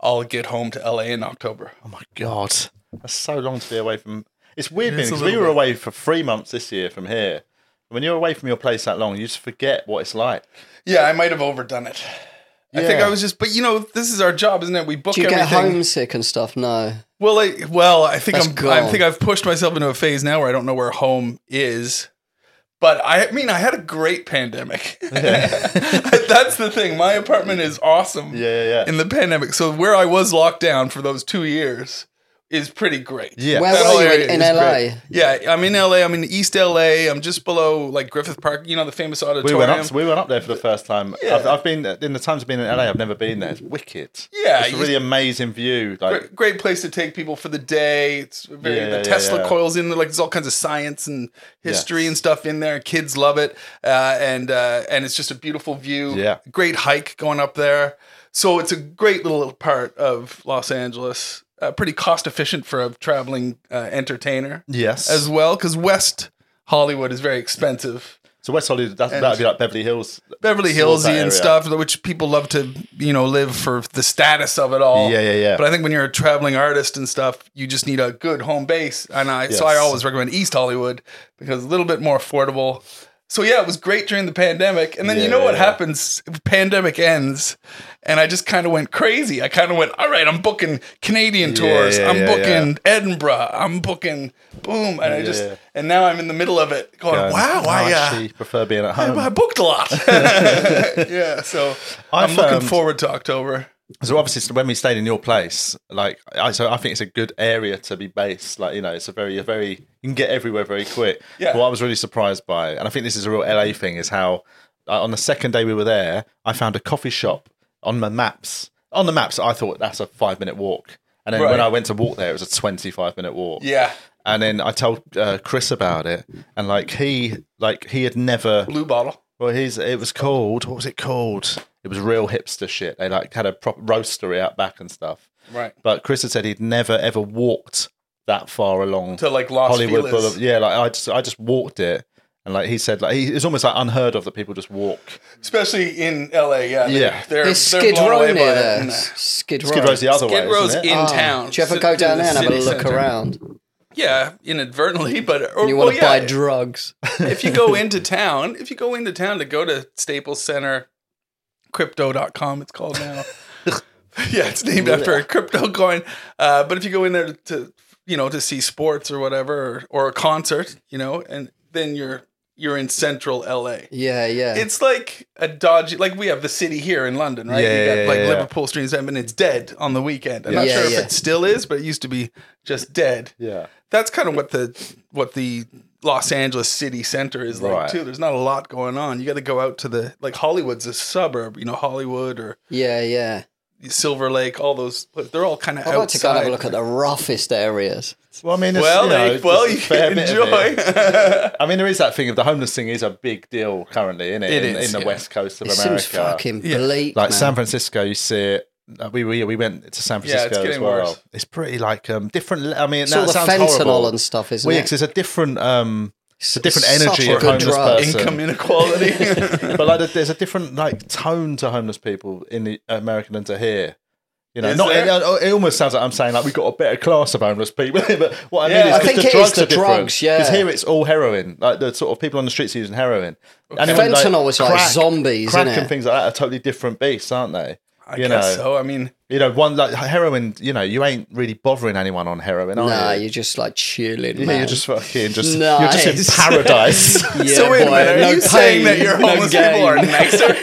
Speaker 1: I'll get home to LA in October.
Speaker 4: Oh my god, that's so long to be away from. It's weird
Speaker 1: It's a
Speaker 4: because we
Speaker 1: little
Speaker 4: were
Speaker 1: bit.
Speaker 4: away for three months this year from here. When you're away from your place that long, you just forget what it's like.
Speaker 1: Yeah, I might have overdone it. I think
Speaker 4: Yeah.
Speaker 1: I was just, but you know, this is our job, isn't it? We book
Speaker 5: Do you get
Speaker 1: everything.
Speaker 5: homesick and stuff? No.
Speaker 1: Well, I, well, I think
Speaker 5: That's
Speaker 1: I'm. I
Speaker 5: gone.
Speaker 1: think I've pushed myself into a phase now where I don't know where home is. But I mean, I had a great pandemic. [LAUGHS] That's the thing. My apartment is awesome.
Speaker 4: Yeah, yeah, yeah.
Speaker 1: In the pandemic, so where I was locked down for those two years is pretty great.
Speaker 4: Yeah.
Speaker 5: Where
Speaker 1: That
Speaker 5: were
Speaker 1: whole
Speaker 5: you
Speaker 1: area
Speaker 5: in, in LA?
Speaker 1: is Oh, great. Yeah, I'm in LA. I'm in East LA. I'm just below like Griffith Park. You know the famous
Speaker 4: we
Speaker 1: auditorium.
Speaker 4: went up. We went up there for the first time. I've, I've been in the times I've been in LA. I've never been there. It's wicked.
Speaker 1: Yeah,
Speaker 4: it's a
Speaker 1: you-
Speaker 4: really amazing view. Like
Speaker 1: great, great place to take people for the day. It's very
Speaker 4: Yeah,
Speaker 1: the
Speaker 4: yeah,
Speaker 1: Tesla
Speaker 4: yeah.
Speaker 1: coils in there. Like there's all kinds of science and history
Speaker 4: Yes.
Speaker 1: and stuff in there. Kids love it, uh, and uh, and it's just a beautiful view.
Speaker 4: Yeah.
Speaker 1: great hike going up there. So it's a great little part of Los Angeles. Uh, pretty cost efficient for a traveling uh, entertainer
Speaker 4: yes,
Speaker 1: as well, because West Hollywood is very expensive.
Speaker 4: so West Hollywood. That, that'd be like Beverly Hills.
Speaker 1: Beverly
Speaker 4: Sort of
Speaker 1: Hillsy
Speaker 4: that area.
Speaker 1: and stuff, which people love to, you know, live for the status of it all.
Speaker 4: Yeah, yeah, yeah.
Speaker 1: But I think when you're a traveling artist and stuff, you just need a good home base. And I, so I
Speaker 4: Yes.
Speaker 1: always recommend East Hollywood because a little bit more affordable. So yeah, it was great during the pandemic. And then
Speaker 4: Yeah,
Speaker 1: you know what
Speaker 4: yeah.
Speaker 1: happens? Pandemic ends, and I just kind of went crazy. I kind of went, all right, I'm booking Canadian tours.
Speaker 4: yeah,
Speaker 1: I'm
Speaker 4: yeah,
Speaker 1: booking Edinburgh. I'm booking boom, and I just
Speaker 4: Yeah.
Speaker 1: and now I'm in the middle of it, going, Oh, wow,
Speaker 4: No,
Speaker 1: I. Uh,
Speaker 4: actually prefer being at
Speaker 1: I
Speaker 4: home.
Speaker 1: booked a lot. [LAUGHS] yeah, so i am
Speaker 4: I
Speaker 1: looking
Speaker 4: found-
Speaker 1: forward to October.
Speaker 4: So obviously, when we stayed in your place, like I, so I think it's a good area to be based. Like you know, it's a very, a very you can get everywhere very quick.
Speaker 1: Yeah.
Speaker 4: What I was really surprised by, and I think this is a real LA thing, is how uh, on the second day we were there, I found a coffee shop on my maps. On the maps, I thought that's a five minute walk, and then when
Speaker 1: Right.
Speaker 4: I went to walk there, it was a twenty five minute walk.
Speaker 1: Yeah,
Speaker 4: And then I told uh, Chris about it, and like he, like he had never
Speaker 1: blue bottle.
Speaker 4: well, his it was called. What was it called? It was real hipster shit. They like had a proper roastery out back and stuff.
Speaker 1: Right.
Speaker 4: But Chris had said he'd never ever walked that far along
Speaker 1: To like Los
Speaker 4: Hollywood
Speaker 1: Feliz.
Speaker 4: Boulevard. Yeah, like I just I just walked it, And like he said, like he, it's almost like unheard of that people just walk.
Speaker 1: especially in LA. Yeah,
Speaker 4: Yeah.
Speaker 1: they're, They're,
Speaker 5: There's
Speaker 1: they're
Speaker 5: Skid
Speaker 1: blown
Speaker 5: Row
Speaker 1: away
Speaker 5: near
Speaker 1: by it.
Speaker 5: there.
Speaker 1: And-
Speaker 5: Skid Row.
Speaker 4: Skid Row's the other way.
Speaker 1: Skid
Speaker 4: isn't
Speaker 1: Row's
Speaker 4: it? Uh,
Speaker 1: in [LAUGHS]
Speaker 5: Ah,
Speaker 1: town.
Speaker 5: Do you ever
Speaker 1: to-
Speaker 5: go
Speaker 1: to
Speaker 5: down
Speaker 1: the
Speaker 5: there and have a
Speaker 1: city
Speaker 5: look
Speaker 1: center.
Speaker 5: around?
Speaker 1: Yeah, [LAUGHS] inadvertently, but or,
Speaker 5: And you want
Speaker 1: well,
Speaker 5: to
Speaker 1: yeah,
Speaker 5: buy drugs? [LAUGHS]
Speaker 1: if you go into town, if you go into town to go to Staples Center, crypto.com it's called
Speaker 4: [LAUGHS]
Speaker 1: now. yeah, it's named after a crypto coin. Uh, but if you go in there to, to, you know, to see sports or whatever or, or a concert, you know, and then you're you're in central LA.
Speaker 5: Yeah, yeah.
Speaker 1: It's like a dodgy like we have the city here in London, right?
Speaker 4: Yeah,
Speaker 1: you
Speaker 4: yeah,
Speaker 1: like
Speaker 4: yeah, yeah.
Speaker 1: Liverpool Street and it's dead on the weekend. I'm not
Speaker 5: Yeah,
Speaker 1: sure
Speaker 5: yeah.
Speaker 1: if it still is, but it used to be just dead
Speaker 4: Yeah.
Speaker 1: that's kind of what the what the Los Angeles city center is like
Speaker 4: Right.
Speaker 1: too. There's not a lot going on. You got to go out to the like Hollywood's a suburb, you know, Hollywood or
Speaker 5: yeah, yeah.
Speaker 1: Silver Lake, all those. but They're all kind of
Speaker 5: I'd like to
Speaker 1: outside.
Speaker 5: go and have a look at the roughest areas.
Speaker 4: Well, I mean, it's,
Speaker 1: well,
Speaker 4: you know,
Speaker 1: like, well,
Speaker 4: it's a
Speaker 1: you
Speaker 4: fair
Speaker 1: [LAUGHS] can
Speaker 4: bit of
Speaker 1: enjoy.
Speaker 4: it.
Speaker 1: [LAUGHS]
Speaker 4: I mean, there is that thing of the homeless thing is a big deal currently, isn't it?
Speaker 1: It
Speaker 4: in,
Speaker 1: is,
Speaker 4: in the
Speaker 1: yeah.
Speaker 4: west coast of
Speaker 5: It
Speaker 4: America.
Speaker 5: seems fucking
Speaker 1: Yeah.
Speaker 5: bleak.
Speaker 4: like
Speaker 5: man.
Speaker 4: San Francisco, you see it. uh, We we, we went to San
Speaker 1: Yeah, it's
Speaker 4: Francisco as
Speaker 1: getting
Speaker 4: well.
Speaker 1: worse.
Speaker 4: It's pretty like um different. I mean,
Speaker 5: It's all
Speaker 4: that
Speaker 5: the
Speaker 4: sounds
Speaker 5: fentanyl
Speaker 4: horrible.
Speaker 5: and stuff, isn't
Speaker 4: Well, yeah,
Speaker 5: it?
Speaker 4: 'cause it's a different
Speaker 1: [COUGHS]
Speaker 4: um,
Speaker 5: It's
Speaker 4: a different
Speaker 5: Such
Speaker 4: energy
Speaker 5: a
Speaker 4: of
Speaker 5: good
Speaker 4: homeless
Speaker 5: drug.
Speaker 4: person. [LAUGHS]
Speaker 1: Income inequality.
Speaker 4: but like there's a different like tone to homeless people in the American than to here. You know,
Speaker 1: Is
Speaker 4: not it,
Speaker 1: there?
Speaker 4: uh, it almost sounds like I'm saying like we've got a better class of homeless people. [LAUGHS] but what I
Speaker 1: Yeah.
Speaker 4: mean is
Speaker 1: I
Speaker 4: 'cause
Speaker 5: think
Speaker 4: the
Speaker 5: it is
Speaker 4: drugs
Speaker 5: the
Speaker 4: are different.
Speaker 5: drugs, yeah.
Speaker 4: because here it's all heroin. Like the sort of people on the streets using heroin. Anyone,
Speaker 5: Fentanyl is like
Speaker 4: crack-
Speaker 5: zombies,
Speaker 4: Crack
Speaker 5: isn't
Speaker 4: and
Speaker 5: it?
Speaker 4: things like that are totally different beasts, aren't they?
Speaker 1: I
Speaker 4: you know,
Speaker 1: guess so. I mean,
Speaker 4: you know, one like heroin. You know, you ain't really bothering anyone on heroin, are
Speaker 5: Nah,
Speaker 4: you?
Speaker 5: you're just like chilling,
Speaker 4: Yeah,
Speaker 5: man.
Speaker 4: [LAUGHS] you're just fucking just you're
Speaker 5: Nice.
Speaker 4: just in paradise.
Speaker 5: [LAUGHS] Yeah,
Speaker 1: so wait a
Speaker 5: boy,
Speaker 1: minute. Are
Speaker 5: no
Speaker 1: you saying that
Speaker 5: pain,
Speaker 1: your
Speaker 5: no
Speaker 1: homeless
Speaker 5: gain.
Speaker 1: people
Speaker 5: [LAUGHS]
Speaker 1: are nicer?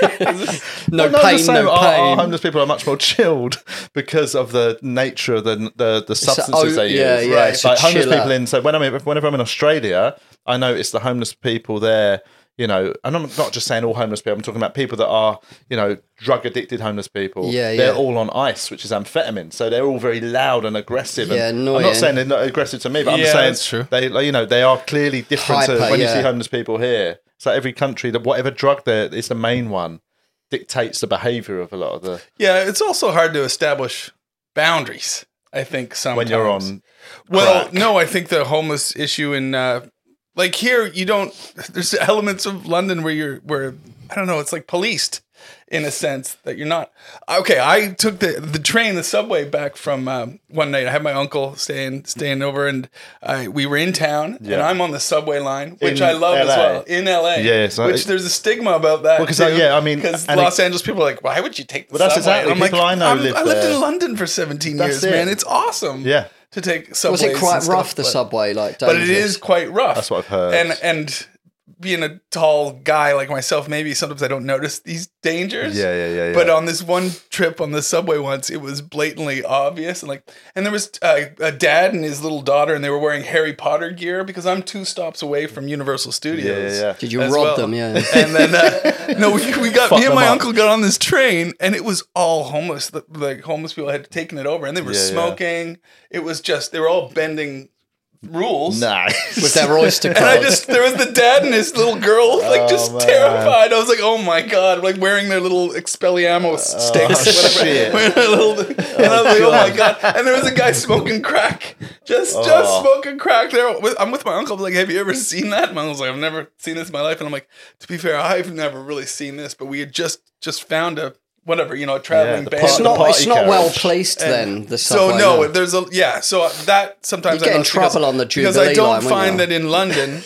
Speaker 5: No
Speaker 4: Well,
Speaker 5: pain,
Speaker 4: just saying,
Speaker 5: no
Speaker 4: our- Our,
Speaker 5: pain.
Speaker 4: homeless people are much more [LAUGHS] chilled because of the nature of the the, the substances
Speaker 5: oh,
Speaker 4: they
Speaker 5: yeah,
Speaker 4: use.
Speaker 5: yeah,
Speaker 4: right.
Speaker 5: it's a
Speaker 4: Like homeless
Speaker 5: chiller.
Speaker 4: people in. So when I'm in- whenever I'm in Australia, I notice the homeless people there. You know, and I'm not just saying all homeless people. I'm talking about people that are, you know, drug addicted homeless people.
Speaker 5: Yeah,
Speaker 4: they're
Speaker 5: yeah.
Speaker 4: all on ice, which is amphetamine. So they're all very loud and aggressive.
Speaker 5: Yeah,
Speaker 4: and I'm
Speaker 5: annoying.
Speaker 4: not saying they're not aggressive to me, but
Speaker 1: Yeah,
Speaker 4: I'm saying
Speaker 1: that's true.
Speaker 4: they, like, you know, they are clearly different. to,
Speaker 5: Hyper,
Speaker 4: when you
Speaker 5: yeah.
Speaker 4: see homeless people here, it's like every country that whatever drug there is the main one dictates the behavior of a lot of the
Speaker 1: yeah, it's also hard to establish boundaries. I think sometimes
Speaker 4: when you're on
Speaker 1: Well,
Speaker 4: crack.
Speaker 1: no, I think the homeless issue in uh, like here you don't. There's elements of London where you're where I don't know. It's like policed in a sense that you're not. Okay, I took the the train, the subway back from um, one night. I had my uncle staying staying over, and I, we were in town, and
Speaker 4: Yeah.
Speaker 1: I'm on the subway line, which
Speaker 4: In
Speaker 1: I love as
Speaker 4: LA.
Speaker 1: well in LA.
Speaker 4: Yes, I-
Speaker 1: which there's a stigma about that.
Speaker 4: 'cause, uh, yeah, I mean,
Speaker 1: because
Speaker 4: and
Speaker 1: Los
Speaker 4: it-
Speaker 1: Angeles people are like, why would you take the
Speaker 4: Well, that's
Speaker 1: subway?
Speaker 4: exactly-
Speaker 1: And I'm
Speaker 4: people
Speaker 1: like,
Speaker 4: I know
Speaker 1: I'm-
Speaker 4: live
Speaker 1: I lived
Speaker 4: there.
Speaker 1: in London for 17
Speaker 4: That's
Speaker 1: years,
Speaker 4: it.
Speaker 1: man. It's awesome.
Speaker 4: Yeah.
Speaker 1: To take
Speaker 5: Was it
Speaker 1: subways
Speaker 5: quite
Speaker 1: and stuff,
Speaker 5: rough the
Speaker 1: but-
Speaker 5: subway? Like,
Speaker 1: but it
Speaker 5: dangerous?
Speaker 1: is quite rough.
Speaker 4: That's what I've heard.
Speaker 1: And and being a tall guy like myself, maybe sometimes I don't notice these dangers.
Speaker 4: Yeah, yeah, yeah, yeah.
Speaker 1: But on this one trip on the subway once, it was blatantly obvious, and like, and there was uh, a dad and his little daughter, and they were wearing Harry Potter gear because I'm two stops away from Universal Studios.
Speaker 4: yeah.
Speaker 5: Did you
Speaker 1: as
Speaker 5: rob
Speaker 1: well.
Speaker 5: them? Yeah. [LAUGHS]
Speaker 1: And then uh, no, we, we got
Speaker 4: Fuck
Speaker 1: me and
Speaker 4: them
Speaker 1: my
Speaker 4: up.
Speaker 1: uncle got on this train, and it was all homeless. The, like homeless people had taken it over, and they were
Speaker 4: Yeah, yeah.
Speaker 1: smoking. It was just they were all bending rules.
Speaker 4: [LAUGHS] nice.
Speaker 5: [LAUGHS] With their oyster
Speaker 1: And I
Speaker 5: cards.
Speaker 1: just there was the dad and his little girl, like just
Speaker 4: Oh, man.
Speaker 1: terrified. I was like, oh my god, like wearing their little expelliarmus sticks,
Speaker 4: Oh,
Speaker 1: whatever. [LAUGHS]
Speaker 4: shit.
Speaker 1: Wearing their little, and I was like, oh my god. And there was a guy smoking crack, just just
Speaker 4: Oh.
Speaker 1: smoking crack. There, with, I'm with my uncle. I'm like, have you ever seen that? My uncle's like, I've never seen this in my life. And I'm like, to be fair, I've never really seen this, but we had just just found a whatever, you know, a traveling
Speaker 4: the
Speaker 1: band.
Speaker 4: part-
Speaker 5: it's
Speaker 4: the
Speaker 5: not.
Speaker 4: party
Speaker 5: It's not well
Speaker 4: carriage.
Speaker 5: placed then. The subway.
Speaker 1: So no, there's a yeah. So that sometimes
Speaker 5: You get
Speaker 1: I
Speaker 5: in
Speaker 1: notice because-
Speaker 5: trouble on the
Speaker 1: because I
Speaker 5: Jubilee
Speaker 1: don't
Speaker 5: line, wouldn't
Speaker 1: find
Speaker 5: you?
Speaker 1: that
Speaker 5: [LAUGHS]
Speaker 1: in London.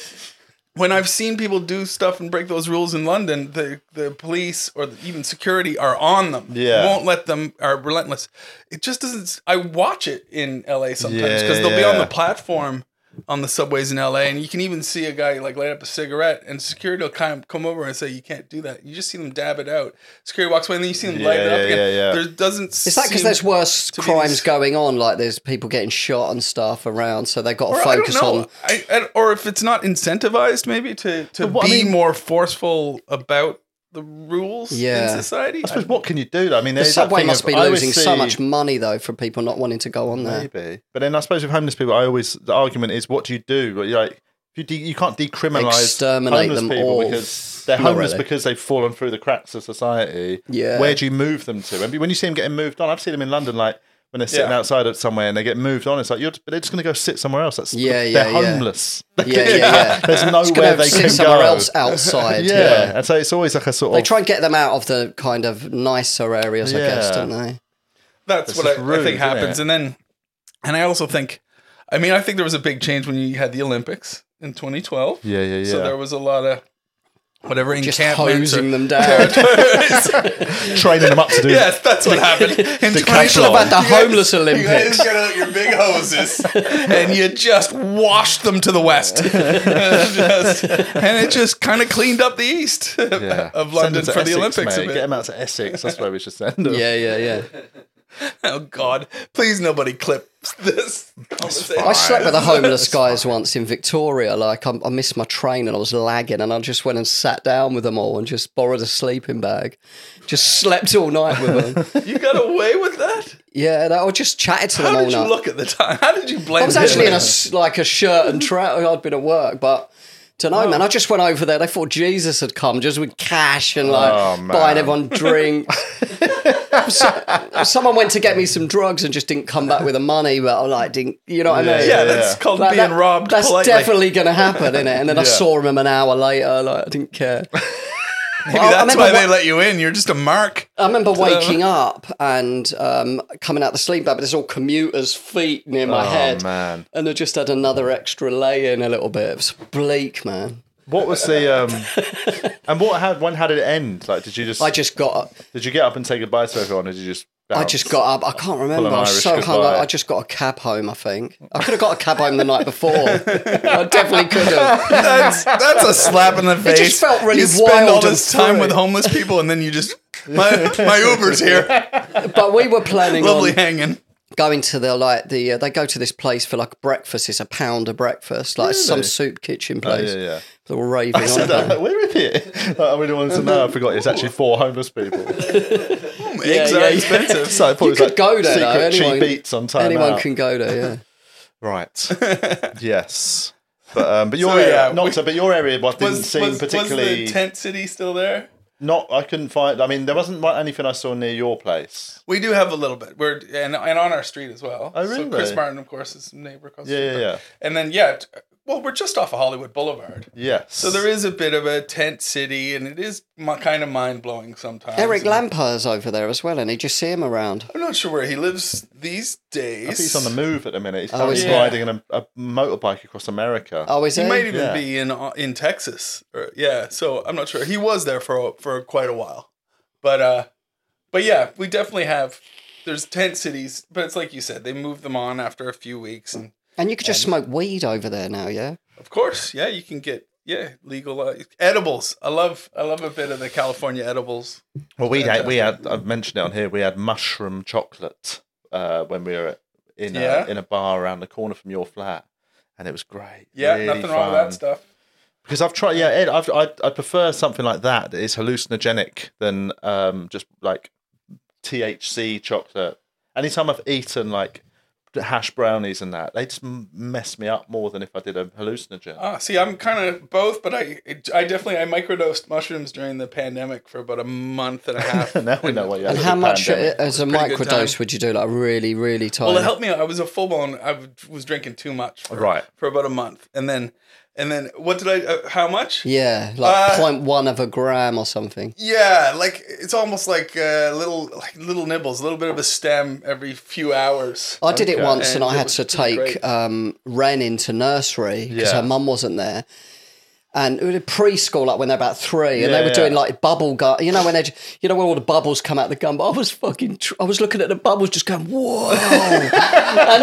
Speaker 1: when I've seen people do stuff and break those rules in London, the the police or the, even security are on them.
Speaker 4: Yeah.
Speaker 1: won't let them. Are relentless. It just doesn't. I watch it in L.A. sometimes
Speaker 4: Yeah,
Speaker 1: because they'll be on
Speaker 4: yeah.
Speaker 1: the platform on the subways in L.A. and you can even see a guy like light up a cigarette and security will kind of come over and say you can't do that. You just see them dab it out. Security walks away and then you see them light it
Speaker 4: Yeah,
Speaker 1: up
Speaker 4: yeah,
Speaker 1: again.
Speaker 4: yeah, yeah.
Speaker 1: There doesn't.
Speaker 5: It's that because there's worse
Speaker 1: be
Speaker 5: crimes
Speaker 1: these-
Speaker 5: going on? Like there's people getting shot and stuff around, so they've got to
Speaker 1: Or
Speaker 5: focus on.
Speaker 1: I, I, or if it's not incentivized, maybe to to
Speaker 4: But what I
Speaker 1: be
Speaker 4: mean-
Speaker 1: more forceful about the rules
Speaker 5: Yeah.
Speaker 1: in society.
Speaker 4: I suppose what can you do? though? I mean,
Speaker 5: The
Speaker 4: there's that
Speaker 5: subway
Speaker 4: thing
Speaker 5: must
Speaker 4: of-
Speaker 5: be
Speaker 4: I always
Speaker 5: losing so
Speaker 4: see-
Speaker 5: much money though from people not wanting to go on there.
Speaker 4: Maybe, but then I suppose with homeless people, I always the argument is, what do you do? Like, you like, if you de- you can't decriminalize
Speaker 5: Exterminate
Speaker 4: homeless
Speaker 5: them
Speaker 4: people
Speaker 5: all.
Speaker 4: because they're
Speaker 5: Not
Speaker 4: homeless
Speaker 5: really.
Speaker 4: because they've fallen through the cracks of society.
Speaker 5: Yeah.
Speaker 4: where do you move them to? And when you see them getting moved on, I've seen them in London, like when they're sitting
Speaker 1: Yeah.
Speaker 4: outside of somewhere and they get moved on. It's like you're they're just going to go sit somewhere else. That's
Speaker 5: Yeah, yeah,
Speaker 4: They're
Speaker 5: yeah.
Speaker 4: homeless.
Speaker 5: [LAUGHS] Yeah, yeah, yeah.
Speaker 4: [LAUGHS] There's
Speaker 5: Just
Speaker 4: nowhere
Speaker 5: gonna
Speaker 4: they
Speaker 5: sit
Speaker 4: can
Speaker 5: somewhere
Speaker 4: go.
Speaker 5: else outside.
Speaker 4: [LAUGHS] yeah.
Speaker 5: yeah.
Speaker 4: and so it's always like a sort
Speaker 5: They
Speaker 4: of
Speaker 5: try and get them out of the kind of nicer areas, I guess,
Speaker 4: Yeah.
Speaker 5: don't they?
Speaker 1: That's
Speaker 4: It's
Speaker 1: what I,
Speaker 4: just
Speaker 1: I
Speaker 4: rude,
Speaker 1: think
Speaker 4: isn't
Speaker 1: happens.
Speaker 4: it?
Speaker 1: And then, and I also think, I mean, I think there was a big change when you had the Olympics in 2012.
Speaker 4: yeah, yeah, yeah.
Speaker 1: So there was a lot of whatever
Speaker 5: Just
Speaker 1: encampments.
Speaker 5: hosing
Speaker 1: Or,
Speaker 5: them down.
Speaker 4: [LAUGHS] training them up to do.
Speaker 1: [LAUGHS] yes, that's
Speaker 5: [LAUGHS]
Speaker 1: what happened in
Speaker 4: Decathlon.
Speaker 1: 2012.
Speaker 5: About the
Speaker 1: You guys-
Speaker 5: homeless
Speaker 1: You guys
Speaker 5: Olympics.
Speaker 1: got out your big hoses and you just washed them to
Speaker 5: [LAUGHS]
Speaker 1: the west, Just- and it just kind of cleaned up the east [LAUGHS]
Speaker 4: Yeah. Send
Speaker 1: of
Speaker 4: them
Speaker 1: London
Speaker 4: to
Speaker 1: for the
Speaker 4: Essex,
Speaker 1: Olympics.
Speaker 4: mate.
Speaker 1: a bit.
Speaker 4: Get them out to Essex. That's where we should send them.
Speaker 5: Yeah, yeah, yeah.
Speaker 1: Oh God! Please, nobody clips this. conversation.
Speaker 5: I slept with the homeless guys once in Victoria. Like, I, I missed my train and I was lagging, and I just went and sat down with them all and just borrowed a sleeping bag. Just slept all night with
Speaker 4: [LAUGHS]
Speaker 5: them.
Speaker 1: You got away with that?
Speaker 5: yeah, that, I just chatted to them
Speaker 1: How
Speaker 5: all
Speaker 1: did you
Speaker 5: night.
Speaker 1: look at the time? How did you blame?
Speaker 5: I was actually in a s- like a shirt and trousers. I'd been at work, but don't know, man. I just went over there. They thought Jesus had come, just with cash and like
Speaker 4: Oh, man.
Speaker 5: buying everyone
Speaker 1: [LAUGHS]
Speaker 5: drinks. So- someone went to get me some drugs and just didn't come back with the money. But I like didn't, you know what I mean?
Speaker 1: Yeah, that's called
Speaker 5: Like,
Speaker 1: being
Speaker 5: that-
Speaker 1: robbed.
Speaker 5: That's
Speaker 1: politely.
Speaker 5: definitely going to happen, innit? And then
Speaker 1: [LAUGHS]
Speaker 5: I
Speaker 4: Yeah.
Speaker 5: saw him an hour later. Like I didn't care.
Speaker 1: Maybe
Speaker 5: Well, I
Speaker 1: that's
Speaker 5: remember
Speaker 1: why they
Speaker 5: one-
Speaker 1: let you in. You're just a mark.
Speaker 5: I
Speaker 4: [LAUGHS]
Speaker 5: remember waking up and um, coming out the sleep bag, but there's all commuters' feet near my
Speaker 4: Oh,
Speaker 5: head.
Speaker 4: man.
Speaker 5: And I just had another extra lay in a little bit. It was bleak, man.
Speaker 4: What was the um?
Speaker 5: [LAUGHS]
Speaker 4: and what had when how did it end? Like, did you just,
Speaker 5: I just got up.
Speaker 4: did you get up and say goodbye to everyone, or did you just?
Speaker 5: I
Speaker 4: bounce?
Speaker 5: just got up. I can't remember.
Speaker 4: an
Speaker 5: I was
Speaker 4: Irish
Speaker 5: so hung up.
Speaker 4: goodbye.
Speaker 5: I just got a cab home, I think. I could have got a cab home the night
Speaker 4: [LAUGHS]
Speaker 5: before. I definitely could have.
Speaker 1: That's that's a slap in the face.
Speaker 5: just felt really
Speaker 1: you spend
Speaker 5: wild
Speaker 1: all
Speaker 5: and
Speaker 1: this time
Speaker 5: free.
Speaker 1: with homeless people, and then you
Speaker 5: [LAUGHS]
Speaker 1: just my my Uber's here.
Speaker 5: But we were planning
Speaker 1: Lovely
Speaker 5: on
Speaker 1: hanging.
Speaker 5: going to the, like, the, uh, they go to this place for like breakfast. It's a pound of breakfast, like some soup kitchen
Speaker 4: Oh,
Speaker 5: place. [LAUGHS]
Speaker 4: yeah, yeah.
Speaker 5: They were raving on
Speaker 4: Said
Speaker 5: about
Speaker 4: [LAUGHS] that,
Speaker 5: it.
Speaker 4: like, Where is it? Like, I really wanted to know. I forgot. It's actually four homeless people. [LAUGHS]
Speaker 1: Eggs
Speaker 5: yeah,
Speaker 1: are
Speaker 5: yeah.
Speaker 1: expensive.
Speaker 4: So I thought it was
Speaker 5: could
Speaker 4: like
Speaker 5: go there,
Speaker 4: Secret
Speaker 5: though. Anyone-
Speaker 4: cheap eats on time
Speaker 5: Anyone
Speaker 4: out.
Speaker 5: can go there, yeah.
Speaker 4: Right.
Speaker 5: [LAUGHS]
Speaker 4: yes. But um, but your
Speaker 1: So,
Speaker 4: area,
Speaker 1: yeah,
Speaker 4: not
Speaker 1: we-
Speaker 4: so, but your area what didn't seem particularly
Speaker 1: was the tent city still there?
Speaker 4: not. I couldn't find. I mean, there wasn't mu- anything I saw near your place.
Speaker 1: We do have a little bit. We're and, and on our street as well.
Speaker 4: Oh,
Speaker 1: So Chris
Speaker 4: really?
Speaker 1: Martin, of course, is a neighbor. across the
Speaker 4: Yeah,
Speaker 1: street,
Speaker 4: yeah, yeah.
Speaker 1: but- And then yeah, t- well, we're just off of Hollywood Boulevard,
Speaker 4: Yes.
Speaker 1: so there is a bit of a tent city, and it is my, kind of mind blowing sometimes.
Speaker 5: Eric
Speaker 1: And
Speaker 5: Lampard's over there as well, and you just see him around.
Speaker 1: I'm not sure where he lives these days.
Speaker 4: I think he's on the move at the minute. He's
Speaker 5: Oh, is
Speaker 4: currently
Speaker 1: he?
Speaker 4: riding in a, a motorbike across America.
Speaker 5: Oh, is
Speaker 1: He
Speaker 5: he?
Speaker 1: might even
Speaker 4: Yeah.
Speaker 1: be in uh, in Texas. Or, yeah, so I'm not sure. He was there for a- for quite a while, but uh, but yeah, we definitely have. There's tent cities, but it's like you said, they move them on after a few weeks, and
Speaker 5: and you could just smoke weed over there now, yeah?
Speaker 1: Of course, yeah, you can get yeah legal uh, edibles. I love I love a bit of the California edibles.
Speaker 4: Well, we had, we
Speaker 1: Fantastic.
Speaker 4: had I've mentioned it on here. We had mushroom chocolate uh, when we were at- in
Speaker 1: Yeah.
Speaker 4: a, in a bar around the corner from your flat, and it was great.
Speaker 1: Yeah,
Speaker 4: Really
Speaker 1: nothing wrong with
Speaker 4: fun.
Speaker 1: that stuff.
Speaker 4: Because I've tried, yeah, Ed, I've, I I prefer something like that that is hallucinogenic than um, just like THC chocolate. Anytime I've eaten like hash brownies and that, they just m- mess me up more than if I did a hallucinogen.
Speaker 1: Ah, see, I'm kind of both, but I I definitely I microdosed mushrooms during the pandemic for about a month and
Speaker 4: [LAUGHS]
Speaker 1: a half.
Speaker 4: [LAUGHS] now we know what you
Speaker 5: And how much uh, as a
Speaker 1: Pretty
Speaker 5: microdose
Speaker 1: good time.
Speaker 5: would you do? Like really, really tight.
Speaker 1: Well, it helped me. out. I was a full blown. I w- was drinking too much for,
Speaker 4: Right.
Speaker 1: for about a month, and then and then what did I? Uh, how much?
Speaker 5: yeah, like
Speaker 1: Uh,
Speaker 5: point 0.1 of a gram or something.
Speaker 1: Yeah, like it's almost like uh, little like little nibbles, a little bit of a stem every few hours.
Speaker 5: I did it
Speaker 4: Okay.
Speaker 5: once and,
Speaker 1: And
Speaker 5: I
Speaker 1: it
Speaker 5: had
Speaker 1: was
Speaker 5: to
Speaker 1: pretty
Speaker 5: take
Speaker 1: great.
Speaker 5: um, Ren into nursery because
Speaker 4: Yeah.
Speaker 5: her mum wasn't there. And it was preschool, like when they're about three, and they
Speaker 4: Yeah,
Speaker 5: were
Speaker 4: yeah.
Speaker 5: doing like bubble gum. You know when they, you know when all the bubbles come out the gum. But I was fucking, tr- I was looking at the bubbles, just going, whoa!
Speaker 1: [LAUGHS]
Speaker 5: and, I,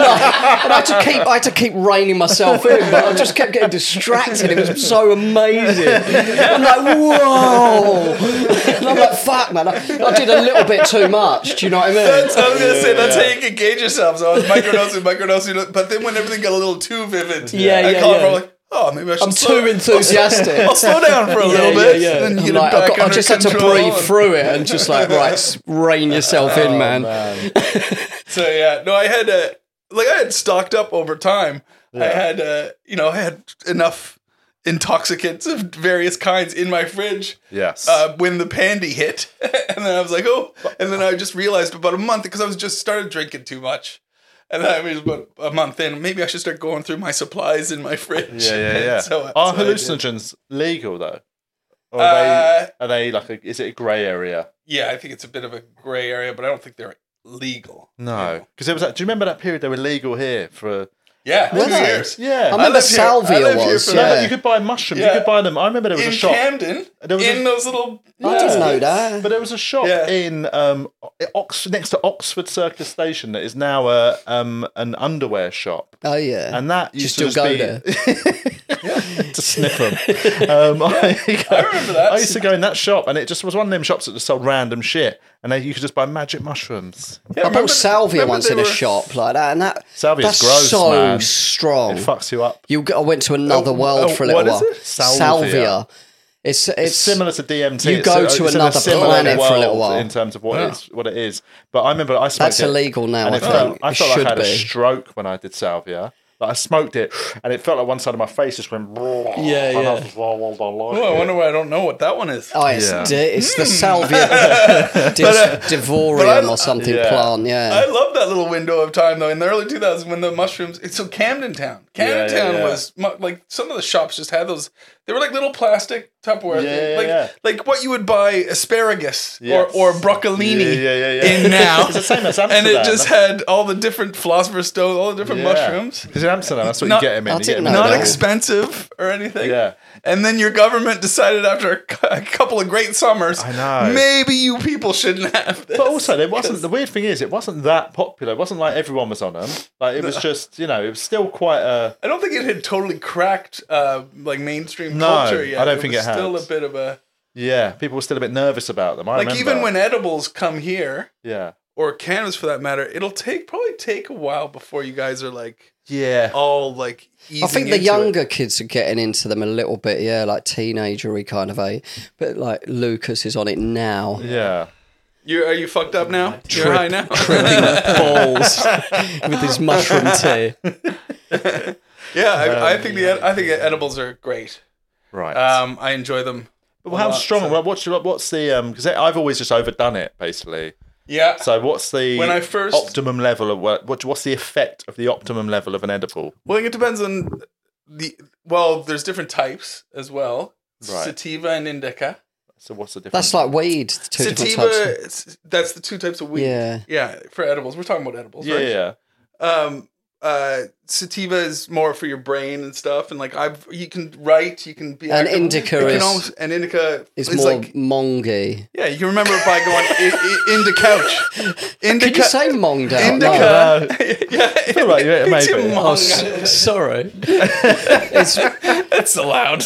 Speaker 5: and I had to keep, I had to keep reining myself in, but I just kept getting distracted. It was so amazing. I'm like, whoa! [LAUGHS] and I'm like, fuck, man, I, I did a little bit too much. Do you know what I mean?
Speaker 1: That's, I was gonna say that's how you can gauge yourself. So I was microdosing, microdosing, but then when everything got a little too vivid,
Speaker 5: Yeah,
Speaker 1: I
Speaker 5: yeah,
Speaker 1: called
Speaker 5: yeah.
Speaker 1: her, like, oh, maybe I should.
Speaker 5: I'm
Speaker 1: slow-
Speaker 5: too enthusiastic.
Speaker 1: I'll slow
Speaker 5: [LAUGHS]
Speaker 1: down for a little bit. Yeah, Then you
Speaker 5: I'm
Speaker 1: get
Speaker 5: like,
Speaker 1: it back
Speaker 5: I've got- I
Speaker 1: under
Speaker 5: just had to
Speaker 1: control
Speaker 5: breathe
Speaker 1: and-
Speaker 5: through it and just like, right, s- rein yourself
Speaker 4: Oh,
Speaker 5: in, man.
Speaker 1: So yeah, no, I had uh, like I had stocked up over time. I had uh, you know I had enough intoxicants of various kinds in my fridge.
Speaker 4: Yes.
Speaker 1: Uh, when the pandy hit, [LAUGHS] and then I was like, oh, and then I just realized about a month because I was just started drinking too much. And then I was about a month in. Maybe I should start going through my supplies in my fridge.
Speaker 4: yeah,
Speaker 1: [LAUGHS]
Speaker 4: yeah, yeah.
Speaker 1: So that's
Speaker 4: are
Speaker 1: what I did.
Speaker 4: hallucinogens legal though? Or are,
Speaker 1: Uh,
Speaker 4: they, are they like? A, is it a grey area?
Speaker 1: yeah, I think it's a bit of a gray area, but I don't think they're legal.
Speaker 4: No, because there was that. Do you remember that period they were legal here for?
Speaker 1: Yeah,
Speaker 5: Were
Speaker 1: two
Speaker 5: they?
Speaker 1: years.
Speaker 5: I
Speaker 4: Yeah,
Speaker 5: remember
Speaker 1: live here. I
Speaker 5: salvia
Speaker 1: live here
Speaker 5: was.
Speaker 1: for-
Speaker 4: No, but you
Speaker 5: Yeah.
Speaker 4: could buy mushrooms. You
Speaker 1: Yeah.
Speaker 4: could buy them. I remember there was
Speaker 1: In
Speaker 4: a shop.
Speaker 1: Camden,
Speaker 4: There was a-
Speaker 1: in those little.
Speaker 5: I didn't know that.
Speaker 4: But there was a shop
Speaker 1: Yeah.
Speaker 4: in um, Ox- next to Oxford Circus Station that is now a, um, an underwear shop.
Speaker 5: Oh yeah.
Speaker 4: And that
Speaker 5: you
Speaker 4: used
Speaker 5: still
Speaker 4: to just
Speaker 5: go
Speaker 4: be-
Speaker 5: there.
Speaker 4: [LAUGHS] to sniff them.
Speaker 5: [LAUGHS]
Speaker 4: [LAUGHS] Um, I,
Speaker 1: remember that.
Speaker 4: I used to go in that shop, and it just was one of them shops that just sold random shit, and then you could just buy magic mushrooms.
Speaker 1: Yeah,
Speaker 5: I
Speaker 1: remember-
Speaker 5: bought salvia
Speaker 1: remember
Speaker 5: once
Speaker 1: they
Speaker 5: in a
Speaker 1: were-
Speaker 5: shop like that, and that
Speaker 4: Salvia's
Speaker 5: that's
Speaker 4: gross,
Speaker 5: so
Speaker 4: man.
Speaker 5: strong.
Speaker 4: It fucks you up.
Speaker 5: You, I went to another
Speaker 4: Oh,
Speaker 5: world
Speaker 4: oh,
Speaker 5: for a little
Speaker 4: what is
Speaker 5: while.
Speaker 4: it? Salvia.
Speaker 5: It's it's,
Speaker 4: It's similar to DMT.
Speaker 5: You
Speaker 4: It's
Speaker 5: go
Speaker 4: a-
Speaker 5: to
Speaker 4: it's in
Speaker 5: another
Speaker 4: a similar
Speaker 5: planet for a little
Speaker 4: world
Speaker 5: while.
Speaker 4: in terms of what it's what it is. But I remember I smoked
Speaker 5: That's
Speaker 4: it,
Speaker 5: illegal now,
Speaker 4: and
Speaker 5: I
Speaker 4: it felt-
Speaker 5: think.
Speaker 4: I
Speaker 5: It
Speaker 4: felt like I
Speaker 5: should
Speaker 4: had a
Speaker 5: be.
Speaker 4: stroke when I did salvia. Like I smoked it, and it felt like one side of my face just went.
Speaker 5: Yeah,
Speaker 4: [LAUGHS] and I
Speaker 5: yeah.
Speaker 4: was just, "Well, well done, like
Speaker 1: Oh, I
Speaker 4: it."
Speaker 1: wonder why I don't know what that one is.
Speaker 5: Oh, it's,
Speaker 4: Yeah. Hmm. uh,
Speaker 5: di- it's the
Speaker 4: [LAUGHS]
Speaker 5: salvia dis-
Speaker 1: but
Speaker 5: divorium
Speaker 1: I-
Speaker 5: or something
Speaker 4: yeah.
Speaker 5: plant. Yeah,
Speaker 1: I love that little window of time though. In the early 2000s, when the mushrooms, it's so Camden Town. Camden
Speaker 4: Yeah, yeah,
Speaker 1: Town
Speaker 4: yeah.
Speaker 1: was mu- like some of the shops just had those. They were like little plastic Tupperware,
Speaker 4: Yeah, yeah,
Speaker 1: like
Speaker 4: yeah.
Speaker 1: like what you would buy asparagus
Speaker 4: Yes.
Speaker 1: or or broccolini
Speaker 4: Yeah, yeah, yeah, yeah.
Speaker 1: in now.
Speaker 4: [LAUGHS] It's the same as
Speaker 1: and
Speaker 4: Amsterdam.
Speaker 1: it just had all the different philosopher's stones, all the different
Speaker 4: Yeah.
Speaker 1: mushrooms.
Speaker 4: Because in Amsterdam, that's what
Speaker 1: Not-
Speaker 4: you get 'em in.
Speaker 5: I
Speaker 4: You
Speaker 5: didn't
Speaker 4: get 'em in
Speaker 5: know
Speaker 1: Not
Speaker 4: a
Speaker 5: that.
Speaker 4: little-
Speaker 1: expensive or anything.
Speaker 4: Yeah.
Speaker 1: And then your government decided after a cou- a couple of great summers,
Speaker 4: I know.
Speaker 1: maybe you people shouldn't have this.
Speaker 4: But also, there wasn't the weird thing is it wasn't that popular. It wasn't like everyone was on them. Like it was just you know it was still quite a
Speaker 1: I don't think it had totally cracked uh, like mainstream
Speaker 4: No,
Speaker 1: culture yet.
Speaker 4: I don't think
Speaker 1: was
Speaker 4: it had.
Speaker 1: Still a bit of a
Speaker 4: yeah. People were still a bit nervous about them. I
Speaker 1: like
Speaker 4: remember.
Speaker 1: even when edibles come here
Speaker 4: yeah
Speaker 1: or cannabis for that matter, it'll take probably take a while before you guys are like
Speaker 4: yeah
Speaker 1: all like. Easing
Speaker 5: I think the
Speaker 1: into
Speaker 5: younger kids are getting into them a little bit, yeah, like teenagery kind of a. But like Lucas is on it now.
Speaker 4: yeah
Speaker 1: it. you are you fucked up now? You're
Speaker 5: Trip-
Speaker 1: high now.
Speaker 5: Balls with his mushroom tea.
Speaker 1: [LAUGHS] yeah, I, I think the ed- I think edibles are great.
Speaker 4: right.
Speaker 1: Um, I enjoy them.
Speaker 4: but how strong? well, what's your, what's the um? Because I've always just overdone it basically.
Speaker 1: Yeah,
Speaker 4: So what's the
Speaker 1: When I first-
Speaker 4: optimum level of what, what? What's the effect of the optimum level of an edible?
Speaker 1: Well, I think it depends on the. Well, there's different types as well.
Speaker 4: Right.
Speaker 1: Sativa and indica.
Speaker 4: So what's the difference?
Speaker 5: That's like weed. Two different
Speaker 1: Sativa,
Speaker 5: types. of-
Speaker 1: it's- that's the two types of weed.
Speaker 5: Yeah.
Speaker 1: Yeah, for edibles. We're talking about edibles,
Speaker 4: yeah
Speaker 1: right?
Speaker 4: yeah
Speaker 1: Um, uh, sativa is more for your brain and stuff, and like I've you can write, you can be
Speaker 5: And
Speaker 1: active.
Speaker 5: indica
Speaker 1: You can
Speaker 5: is-
Speaker 1: almost- and indica
Speaker 5: It's
Speaker 1: is
Speaker 5: more
Speaker 1: like
Speaker 5: mongy.
Speaker 1: yeah, you can remember it by going I- I- into
Speaker 5: [LAUGHS]
Speaker 1: couch,
Speaker 5: Did
Speaker 1: indica,
Speaker 5: you say monged out? No.
Speaker 1: indica. [LAUGHS] yeah,
Speaker 4: feel like you-
Speaker 1: it's your
Speaker 4: maybe.
Speaker 5: Oh,
Speaker 1: mong.
Speaker 5: s- sorry.
Speaker 1: It's allowed.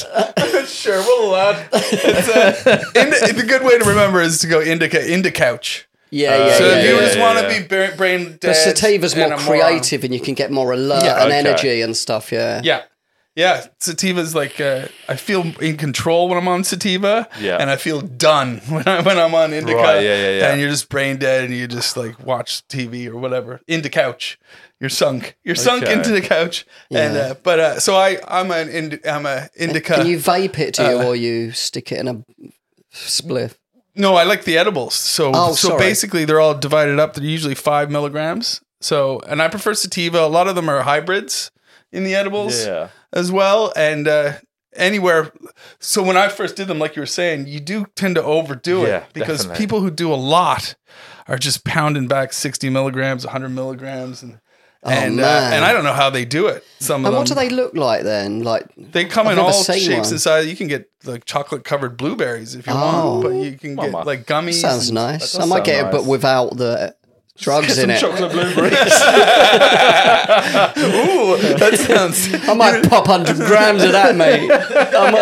Speaker 1: sure, we'll allow. It's, uh, indi- the good way to remember is to go indica, into couch.
Speaker 5: Yeah, yeah,
Speaker 1: Uh, So
Speaker 5: yeah.
Speaker 1: if
Speaker 5: yeah,
Speaker 1: you
Speaker 4: yeah,
Speaker 1: just
Speaker 4: yeah,
Speaker 1: want to
Speaker 4: yeah.
Speaker 1: be bra- brain
Speaker 5: But
Speaker 1: dead,
Speaker 5: sativa's
Speaker 1: and
Speaker 5: more
Speaker 1: a moron.
Speaker 5: creative and you can get more alert
Speaker 4: Yeah,
Speaker 5: and
Speaker 4: okay.
Speaker 5: energy and stuff, yeah.
Speaker 1: Yeah. Yeah, sativa's like uh, I feel in control when I'm on sativa,
Speaker 4: Yeah.
Speaker 1: and I feel done [LAUGHS] when I when I'm on indica.
Speaker 4: Right, yeah, yeah, yeah.
Speaker 1: And you're just brain dead, and you just like watch TV or whatever into couch. You're sunk. You're sunk
Speaker 4: Okay.
Speaker 1: into the couch. And
Speaker 5: Yeah.
Speaker 1: uh, but uh, so I I'm an ind- I'm a indica. uh,
Speaker 5: And you vape it, do you, or you stick it in a spliff?
Speaker 1: No, I like the edibles. So
Speaker 5: Oh,
Speaker 1: so
Speaker 5: sorry.
Speaker 1: basically they're all divided up. They're usually five milligrams. So and I prefer sativa. A lot of them are hybrids in the edibles
Speaker 5: [LAUGHS]
Speaker 4: yeah.
Speaker 1: as well. And uh anywhere so when I first did them, like you were saying, you do tend to overdo
Speaker 4: Yeah,
Speaker 1: it because
Speaker 4: definitely.
Speaker 1: people who do a lot are just pounding back sixty milligrams, hundred milligrams and and, uh,
Speaker 5: Oh, man.
Speaker 1: and I don't know how they do it. Some of
Speaker 5: And
Speaker 1: them.
Speaker 5: what do they look like then? Like,
Speaker 1: They come
Speaker 5: I've
Speaker 1: in
Speaker 5: never
Speaker 1: all
Speaker 5: seen
Speaker 1: shapes
Speaker 5: one.
Speaker 1: and sizes. You can get like chocolate covered blueberries if you want,
Speaker 5: Oh.
Speaker 1: but you can get
Speaker 4: Mama.
Speaker 1: like gummies.
Speaker 5: sounds
Speaker 1: and-
Speaker 5: nice.
Speaker 4: does
Speaker 5: I might
Speaker 4: sound
Speaker 5: get it, but
Speaker 4: nice.
Speaker 5: without the drugs in it.
Speaker 4: Chocolate blueberries.
Speaker 1: Ooh, that sounds.
Speaker 5: I might pop 100 grams of that,
Speaker 4: [LAUGHS]
Speaker 5: mate. I'm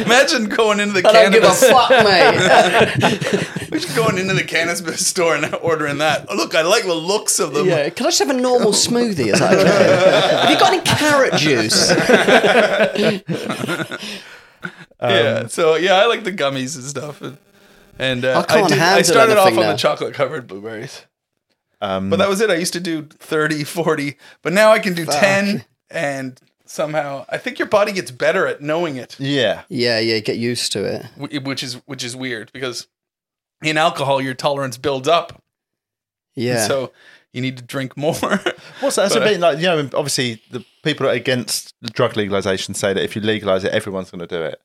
Speaker 5: a,
Speaker 1: Imagine going into the
Speaker 5: I don't give a
Speaker 1: cannabis.
Speaker 5: fuck,
Speaker 4: [LAUGHS]
Speaker 5: mate.
Speaker 1: Imagine [LAUGHS] going into the cannabis store and ordering that. Oh, look, I like the looks of them.
Speaker 5: Yeah, can I just have a normal smoothie? Is that okay? Have you got any carrot juice?
Speaker 1: Yeah, So yeah, I like the gummies and stuff. And, and, uh,
Speaker 5: I can't
Speaker 1: did, I
Speaker 5: handle
Speaker 1: started off
Speaker 5: anything
Speaker 1: on
Speaker 5: now.
Speaker 1: the chocolate covered blueberries,
Speaker 4: Um,
Speaker 1: but that was it. I used to do 30, 40, but now I can do ten and somehow. I think your body gets better at knowing it,
Speaker 4: Yeah.
Speaker 5: Yeah, yeah, get used to it.
Speaker 1: wh- which is which is weird because in alcohol your tolerance builds up, and
Speaker 5: Yeah.
Speaker 1: so you need to drink more. [LAUGHS]
Speaker 4: What's that? That's
Speaker 1: But,
Speaker 4: a bit like you know. Obviously, the people that are against drug legalization say that if you legalize it, everyone's going to do it.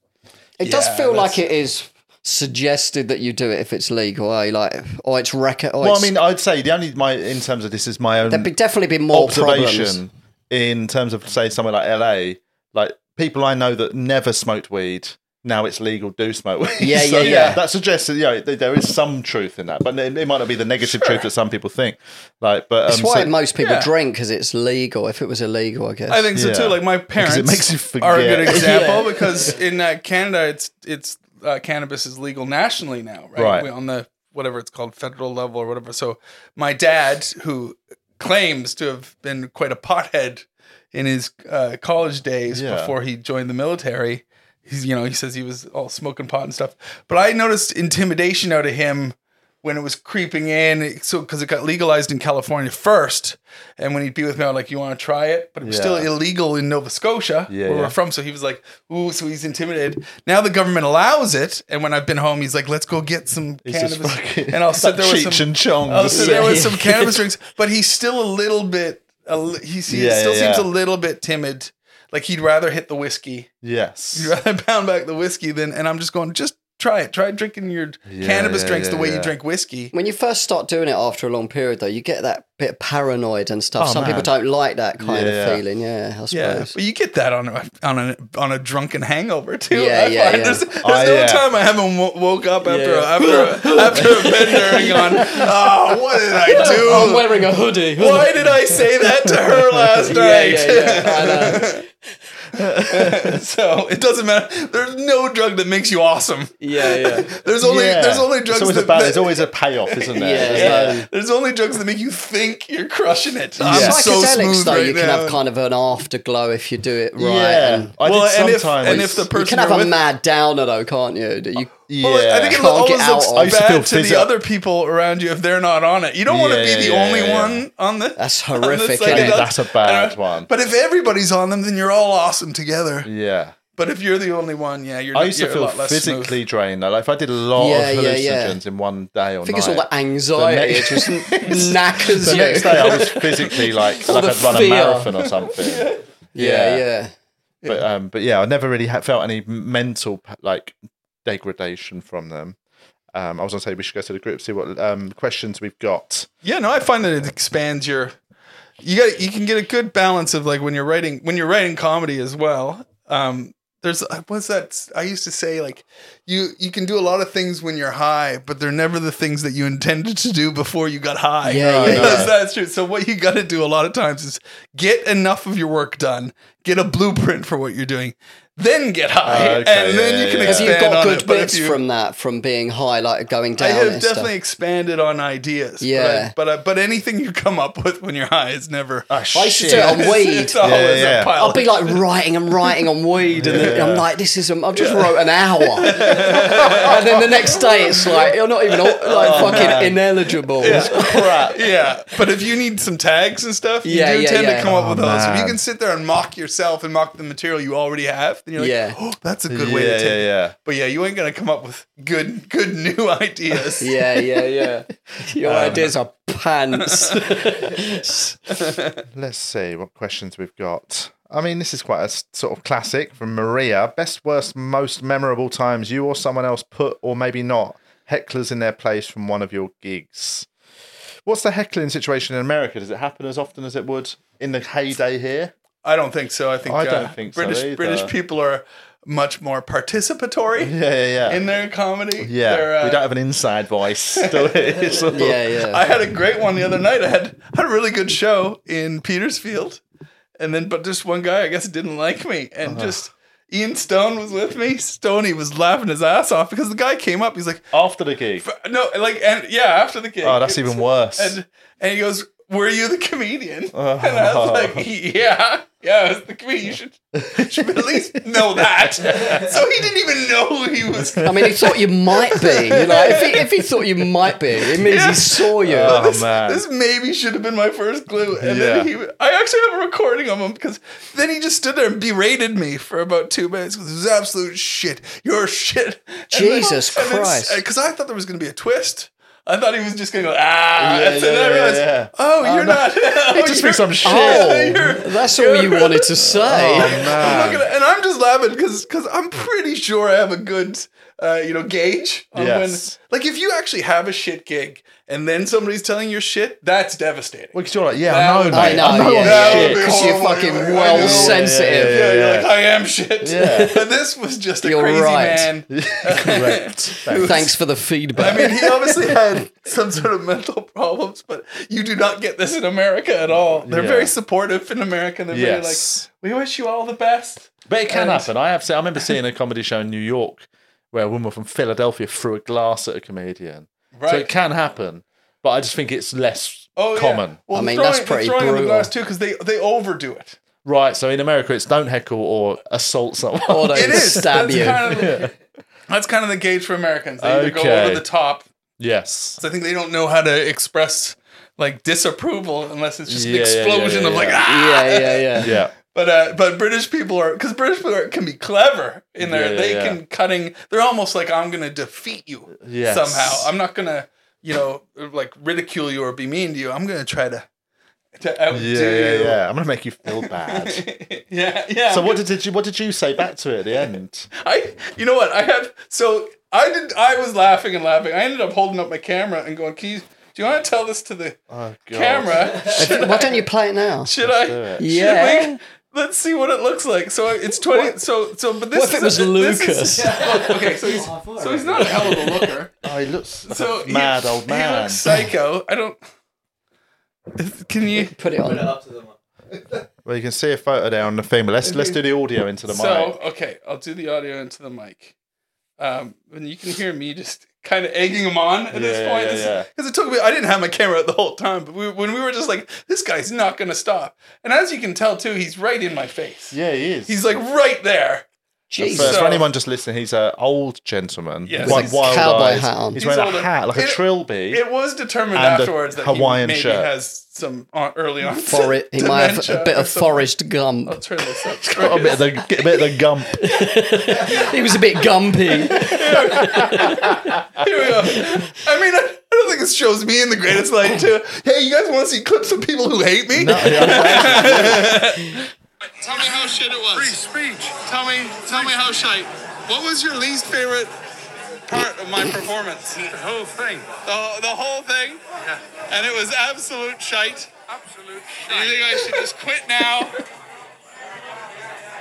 Speaker 5: It does
Speaker 1: Yeah,
Speaker 5: feel
Speaker 1: that's-
Speaker 5: like it is suggested that you do it if it's legal. eh? Like, or it's record. Or
Speaker 4: Well, I
Speaker 5: it's-
Speaker 4: mean, I'd say the only my in terms of this is my own
Speaker 5: there'd be definitely be more problems.
Speaker 4: observation in terms of say somewhere like LA, like people I know that never smoked weed. Now it's legal. Do smoke weed? [LAUGHS]
Speaker 5: Yeah, yeah, yeah.
Speaker 4: That suggests that you know, th- there is some truth in that, but it, it might not be the negative truth that some people think. Like, but um,
Speaker 5: That's why
Speaker 4: so-
Speaker 5: most people
Speaker 1: Yeah.
Speaker 5: drink 'cause drink because it's legal. If it was illegal, I guess.
Speaker 1: I think so
Speaker 4: Yeah.
Speaker 1: too. Like my parents
Speaker 4: Because it makes you
Speaker 1: are a good
Speaker 4: forget. [LAUGHS]
Speaker 1: example because in uh, Canada, it's it's uh, cannabis is legal nationally now, right?
Speaker 4: Right.
Speaker 1: We- On the whatever it's called, federal level or whatever. So my dad, who claims to have been quite a pothead in his uh, college days
Speaker 4: Yeah.
Speaker 1: before he joined the military, he's you know he says he was all smoking pot and stuff. But I noticed intimidation out of him when it was creeping in. So because it got legalized in California first, and when he'd be with me, I was like, "You want to try it?" But it was still
Speaker 4: Yeah.
Speaker 1: illegal in Nova Scotia,
Speaker 4: Yeah,
Speaker 1: where
Speaker 4: yeah.
Speaker 1: we're from. So he was like, "Ooh," so he's intimidated. Now the government allows it, and when I've been home, he's like, "Let's go get some
Speaker 4: It's just
Speaker 1: cannabis,"
Speaker 4: fucking-
Speaker 1: and I'll sit
Speaker 4: like
Speaker 1: there
Speaker 4: [LAUGHS]
Speaker 1: with
Speaker 4: Cheech
Speaker 1: some.
Speaker 4: and Chong.
Speaker 1: I'll sit
Speaker 4: [LAUGHS]
Speaker 1: there with
Speaker 5: Yeah.
Speaker 1: some cannabis drinks, but he's still a little bit. A, li- he seems,
Speaker 4: Yeah,
Speaker 1: still
Speaker 4: yeah,
Speaker 1: seems
Speaker 4: yeah.
Speaker 1: a little bit timid. Like he'd rather hit the whiskey. [LAUGHS]
Speaker 4: yes.
Speaker 1: You'd rather pound back the whiskey than. And I'm just going, just try it. Try drinking your
Speaker 4: Yeah,
Speaker 1: cannabis
Speaker 4: yeah,
Speaker 1: drinks the
Speaker 4: yeah,
Speaker 1: way
Speaker 4: yeah.
Speaker 1: you drink whiskey.
Speaker 5: when you first start doing it after a long period, though, you get that bit paranoid and stuff.
Speaker 4: Oh,
Speaker 5: Some people
Speaker 4: man.
Speaker 5: don't like that kind
Speaker 4: Yeah.
Speaker 5: of feeling. Yeah, I suppose.
Speaker 1: Yeah, but you get that on a on a on a drunken hangover too.
Speaker 5: Yeah, yeah,
Speaker 1: I find
Speaker 5: yeah.
Speaker 1: There's, there's
Speaker 4: Oh,
Speaker 1: no
Speaker 4: yeah.
Speaker 1: time I haven't wo- woke up after
Speaker 5: Yeah.
Speaker 1: a, after a, after a bender and gone. Oh, what did I do?
Speaker 5: I'm wearing a hoodie.
Speaker 1: Why did I say that to her last
Speaker 5: Oh, Yeah,
Speaker 1: night?
Speaker 5: yeah, [LAUGHS] yeah. I know.
Speaker 1: [LAUGHS] so it doesn't matter. There's no drug that makes you awesome.
Speaker 5: yeah, yeah.
Speaker 1: There's only
Speaker 4: Yeah.
Speaker 1: there's only
Speaker 4: It's
Speaker 1: drugs
Speaker 4: always
Speaker 1: that,
Speaker 4: a ba-
Speaker 1: that-
Speaker 4: There's always a payoff, isn't there?
Speaker 5: Yeah,
Speaker 4: There's
Speaker 5: yeah.
Speaker 4: no-
Speaker 1: there's only drugs that make you think you're crushing it. I'm
Speaker 4: Yeah.
Speaker 1: so
Speaker 5: Psychedelics,
Speaker 1: smooth
Speaker 5: though,
Speaker 1: right
Speaker 5: you can
Speaker 1: now.
Speaker 5: have kind of an afterglow if you do it right.
Speaker 4: Yeah.
Speaker 5: and-
Speaker 4: I
Speaker 1: Well, and
Speaker 4: did
Speaker 1: if-
Speaker 4: sometimes.
Speaker 1: and if the
Speaker 5: you
Speaker 1: person
Speaker 5: can have
Speaker 1: you're
Speaker 5: a
Speaker 1: with-
Speaker 5: mad downer though, can't you? That you
Speaker 4: yeah.
Speaker 1: Well, I think it
Speaker 5: Can't
Speaker 1: always
Speaker 5: get out
Speaker 1: looks
Speaker 5: of- I
Speaker 4: used to feel
Speaker 1: bad to
Speaker 4: fizzy
Speaker 1: the
Speaker 4: up.
Speaker 1: other people around you if they're not on it. You don't want to
Speaker 4: Yeah,
Speaker 1: be the
Speaker 4: yeah,
Speaker 1: only
Speaker 4: yeah, yeah.
Speaker 1: one on the.
Speaker 5: That's
Speaker 1: [LAUGHS] on the
Speaker 5: horrific,
Speaker 1: psychedelic-
Speaker 5: isn't it?
Speaker 4: That's a bad
Speaker 1: Uh,
Speaker 4: one.
Speaker 1: But if everybody's on them, then you're all awesome together.
Speaker 4: yeah.
Speaker 1: But if you're the only one, yeah, you're.
Speaker 4: I used to
Speaker 1: you're a
Speaker 4: feel
Speaker 1: lot less smooth.
Speaker 4: physically drained. Though. Like if I did a lot
Speaker 5: Yeah,
Speaker 4: of
Speaker 5: yeah, yeah.
Speaker 4: hallucinogens in one day or
Speaker 5: I think
Speaker 4: night,
Speaker 5: it's all the anxiety. It just
Speaker 1: [LAUGHS]
Speaker 5: knackers
Speaker 4: the
Speaker 5: you.
Speaker 4: next day I was
Speaker 5: [LAUGHS]
Speaker 4: physically like like
Speaker 5: the
Speaker 4: I'd run a
Speaker 5: fear.
Speaker 4: marathon or something.
Speaker 5: [LAUGHS] yeah, yeah.
Speaker 4: But um, but yeah, I never really ha- felt any mental like degradation from them. Um, I was gonna say we should go to the group see what um questions we've got.
Speaker 1: Yeah, no, I find that it expands your. You got. You can get a good balance of like when you're writing when you're writing comedy as well. Um, there's what's that? I used to say like you you can do a lot of things when you're high, but they're never the things that you intended to do before you got high. [LAUGHS]
Speaker 5: Yeah, yeah,
Speaker 1: Because
Speaker 5: yeah.
Speaker 1: that's true. So what you got to do a lot of times is get enough of your work done, get a blueprint for what you're doing, then get high,
Speaker 4: Oh, okay,
Speaker 1: and then
Speaker 4: yeah,
Speaker 1: you can
Speaker 4: yeah.
Speaker 5: Have
Speaker 1: expand
Speaker 5: you got
Speaker 1: on
Speaker 5: good
Speaker 1: it. But if
Speaker 5: bits
Speaker 1: you-
Speaker 5: from that, from being high, like going down?
Speaker 1: I have
Speaker 5: and
Speaker 1: definitely
Speaker 5: Stuff?
Speaker 1: expanded on ideas.
Speaker 5: Yeah.
Speaker 1: but I, but, I, but anything you come up with when you're high is never.
Speaker 5: I used to do it on
Speaker 1: [LAUGHS] It's-
Speaker 5: weed.
Speaker 1: It's always
Speaker 4: Yeah, yeah.
Speaker 1: a pile.
Speaker 5: I'll be
Speaker 1: [LAUGHS]
Speaker 5: like writing and writing on weed, and then I'm like, "This is I've just wrote an
Speaker 1: [LAUGHS]
Speaker 5: hour," and then the next day it's like you're not even like
Speaker 1: Oh,
Speaker 5: fucking ineligible.
Speaker 1: crap. yeah, but if you need some tags and stuff, you
Speaker 5: Yeah,
Speaker 1: do
Speaker 5: yeah,
Speaker 1: tend
Speaker 5: yeah.
Speaker 1: to come up with
Speaker 4: Oh,
Speaker 1: those. If you
Speaker 4: man.
Speaker 1: can sit there and mock yourself and mock the material you already have, then you're like,
Speaker 5: Yeah.
Speaker 1: oh, that's a good
Speaker 4: yeah,
Speaker 1: way to
Speaker 4: yeah,
Speaker 1: take it.
Speaker 4: yeah.
Speaker 1: But yeah, you ain't gonna come up with good, good new [LAUGHS] ideas.
Speaker 5: Yeah, yeah, yeah. Your
Speaker 1: Um,
Speaker 5: ideas are
Speaker 1: [LAUGHS]
Speaker 5: pants.
Speaker 4: Let's see what questions we've got. I mean, this is quite a s- sort of classic from Maria. Best, worst, most memorable times you or someone else put, or maybe not, hecklers in their place from one of your gigs. What's the heckling situation in America? Does it happen as often as it would in the heyday here?
Speaker 1: I don't think so. I think uh,
Speaker 4: I don't think so
Speaker 1: British
Speaker 4: either.
Speaker 1: British people are much more participatory
Speaker 4: Yeah, yeah, yeah.
Speaker 1: in their comedy.
Speaker 4: yeah,
Speaker 1: They're,
Speaker 4: we
Speaker 1: uh,
Speaker 4: don't have an inside voice. [LAUGHS] do we? It's all-
Speaker 5: yeah, yeah.
Speaker 1: I had a great one the other night. I had had a really good show in Petersfield, and then but just one guy I guess didn't like me, and
Speaker 4: Uh-huh.
Speaker 1: just Ian Stone was with me. Stoney was laughing his ass off because the guy came up. He's like,
Speaker 4: After the gig.
Speaker 1: no, like, and yeah, after the
Speaker 4: [LAUGHS]
Speaker 1: gig.
Speaker 4: Oh, that's Oh, even worse.
Speaker 1: And and he goes, were you the comedian? [LAUGHS] And I
Speaker 4: Uh-huh.
Speaker 1: was like, yeah, yeah, I was the comedian. You should, you should at least
Speaker 4: [LAUGHS]
Speaker 1: know that. so he didn't even know he was.
Speaker 5: I mean, he thought you might be. You know, if he, if he thought you might be, it means he saw you.
Speaker 4: [LAUGHS] Oh,
Speaker 1: this,
Speaker 4: man.
Speaker 1: this maybe should have been my first clue. And
Speaker 4: Yeah.
Speaker 1: then he, I actually have a recording of him because then he just stood there and berated me for about two minutes. 'cause This is absolute shit. You're shit.
Speaker 5: Jesus Christ.
Speaker 1: Because uh, I thought there was going to be a twist. I thought he was just going to go, ah. and
Speaker 4: yeah,
Speaker 1: then I
Speaker 4: yeah,
Speaker 1: realized,
Speaker 4: yeah.
Speaker 1: oh, you're
Speaker 4: [LAUGHS]
Speaker 1: not. [LAUGHS] oh,
Speaker 4: just
Speaker 1: you're-
Speaker 4: be some shit.
Speaker 5: Oh,
Speaker 1: [LAUGHS] You're-
Speaker 5: that's all you wanted to say.
Speaker 1: I'm not gonna, and I'm just laughing because I'm pretty sure I have a good uh, you know gauge. On
Speaker 4: Yes.
Speaker 1: when, like if you actually have a shit gig and then somebody's telling your shit, that's devastating.
Speaker 4: Because you're like, yeah, I
Speaker 1: That
Speaker 4: know,
Speaker 1: would-
Speaker 5: I
Speaker 4: mate.
Speaker 5: know,
Speaker 4: I know
Speaker 5: yeah,
Speaker 4: I'm
Speaker 1: That would
Speaker 5: yeah,
Speaker 1: be
Speaker 4: shit.
Speaker 5: because you're
Speaker 1: horrible.
Speaker 5: fucking
Speaker 1: I know.
Speaker 5: well
Speaker 1: Yeah, yeah,
Speaker 5: sensitive.
Speaker 1: yeah, you're
Speaker 4: yeah.
Speaker 1: like I am shit.
Speaker 4: Yeah.
Speaker 1: [LAUGHS] but this was just a
Speaker 5: You're
Speaker 1: crazy
Speaker 5: right.
Speaker 1: man.
Speaker 4: [LAUGHS] Correct.
Speaker 5: Thanks for the feedback.
Speaker 1: I mean, he obviously had some sort of mental problems, but you do not get this in America at all. They're
Speaker 4: Yeah.
Speaker 1: very supportive in America. They're
Speaker 4: Yes.
Speaker 1: very like, we wish you all the best.
Speaker 4: But it can
Speaker 1: And-
Speaker 4: happen. I have. Seen, I remember seeing a comedy show in New York where a woman from Philadelphia threw a glass at a comedian. So it
Speaker 1: Right.
Speaker 4: can happen, but I just think it's less
Speaker 1: oh,
Speaker 4: common.
Speaker 1: Yeah. Well,
Speaker 5: I mean,
Speaker 1: throwing,
Speaker 5: that's
Speaker 1: the
Speaker 5: pretty
Speaker 1: throwing in
Speaker 5: brutal.
Speaker 1: the glass too because they they overdo it.
Speaker 4: Right. So in America, it's don't heckle or assault someone.
Speaker 5: Or don't
Speaker 1: it is.
Speaker 5: stab
Speaker 1: that's
Speaker 5: you.
Speaker 1: Kind of the,
Speaker 4: [LAUGHS]
Speaker 1: That's kind of the gauge for Americans. They either go
Speaker 4: Okay.
Speaker 1: over the top.
Speaker 4: [LAUGHS] yes.
Speaker 1: 'cause I think they don't know how to express like disapproval unless it's just
Speaker 4: Yeah,
Speaker 1: an
Speaker 4: yeah, yeah,
Speaker 1: explosion
Speaker 4: yeah,
Speaker 1: of like
Speaker 4: yeah.
Speaker 1: ah.
Speaker 5: yeah, yeah,
Speaker 1: [LAUGHS]
Speaker 5: yeah.
Speaker 4: Yeah.
Speaker 1: But uh, but British people are because British people are, can be clever in there.
Speaker 4: Yeah, yeah,
Speaker 1: they
Speaker 4: yeah.
Speaker 1: can cutting. They're almost like I'm gonna defeat you
Speaker 4: Yes.
Speaker 1: somehow. I'm not gonna you know like ridicule you or be mean to you. I'm gonna try to to outdo
Speaker 4: Yeah, yeah,
Speaker 1: you.
Speaker 4: yeah. I'm gonna make you feel bad.
Speaker 1: [LAUGHS] yeah, yeah.
Speaker 4: so what did, did you what did you say back to it at the
Speaker 1: [LAUGHS]
Speaker 4: end?
Speaker 1: I, you know what? I had so I did. I was laughing and laughing. I ended up holding up my camera and going, "Keith, do you want to tell this to the
Speaker 4: Oh, God.
Speaker 5: [LAUGHS]
Speaker 1: camera? Should,
Speaker 5: Why don't you play it now?
Speaker 1: should I?
Speaker 4: do it.
Speaker 1: should
Speaker 5: Yeah.
Speaker 1: we- let's see what it looks like. So I- it's twenty. So so, but this
Speaker 5: What if it
Speaker 1: is-
Speaker 5: was
Speaker 1: this is-
Speaker 5: Lucas?
Speaker 1: [LAUGHS] well, [LAUGHS] okay,
Speaker 3: [LAUGHS]
Speaker 1: so
Speaker 3: Oh,
Speaker 1: he's so he's not a hell of a looker.
Speaker 4: Oh, he looks like
Speaker 1: So
Speaker 4: a mad
Speaker 1: he,
Speaker 4: old
Speaker 1: He
Speaker 4: man.
Speaker 1: looks psycho. I don't. If- Can you?
Speaker 5: Put it on.
Speaker 3: Up to them.
Speaker 4: Well, you can see a photo there on the thing, but let's let's do the audio into the
Speaker 1: So okay, I'll do the audio into the mic, um, and you can hear me just kind of egging him on at this
Speaker 4: Yeah,
Speaker 1: point.
Speaker 4: yeah,
Speaker 1: Because
Speaker 4: yeah.
Speaker 1: it took me, I didn't have my camera the whole time, but we, when we were just like, this guy's not going to stop, and as you can tell too, he's right in my face.
Speaker 4: Yeah, he is.
Speaker 1: He's like right there.
Speaker 4: For,
Speaker 5: Jesus.
Speaker 1: So-
Speaker 4: for anyone just listening, he's an old gentleman.
Speaker 1: Yes.
Speaker 4: quite
Speaker 1: With
Speaker 5: a cowboy
Speaker 4: wild-eyed.
Speaker 5: hat on.
Speaker 4: He's,
Speaker 1: He's
Speaker 4: wearing a
Speaker 1: older.
Speaker 4: hat, like a
Speaker 1: It-
Speaker 4: trilby.
Speaker 1: It was determined
Speaker 4: And a
Speaker 1: afterwards that
Speaker 4: Hawaiian
Speaker 1: he maybe
Speaker 4: shirt.
Speaker 1: has some on, early on.
Speaker 5: For it, he might have a bit of Forrest Gump.
Speaker 4: [LAUGHS]
Speaker 1: I'll turn this up.
Speaker 4: Got a bit of the get a bit of the gump.
Speaker 5: He was a bit gumpy.
Speaker 1: Here we go. I mean, I, I don't think this shows me in the greatest light too. Hey, you guys want to see clips of people who hate me?
Speaker 2: Tell me how shit it was. Free speech. Tell me, tell me how shite. What was your least favorite part of my performance? The whole thing. The, whole thing? Yeah. And it was absolute shite. Absolute shite. You think I should just quit now?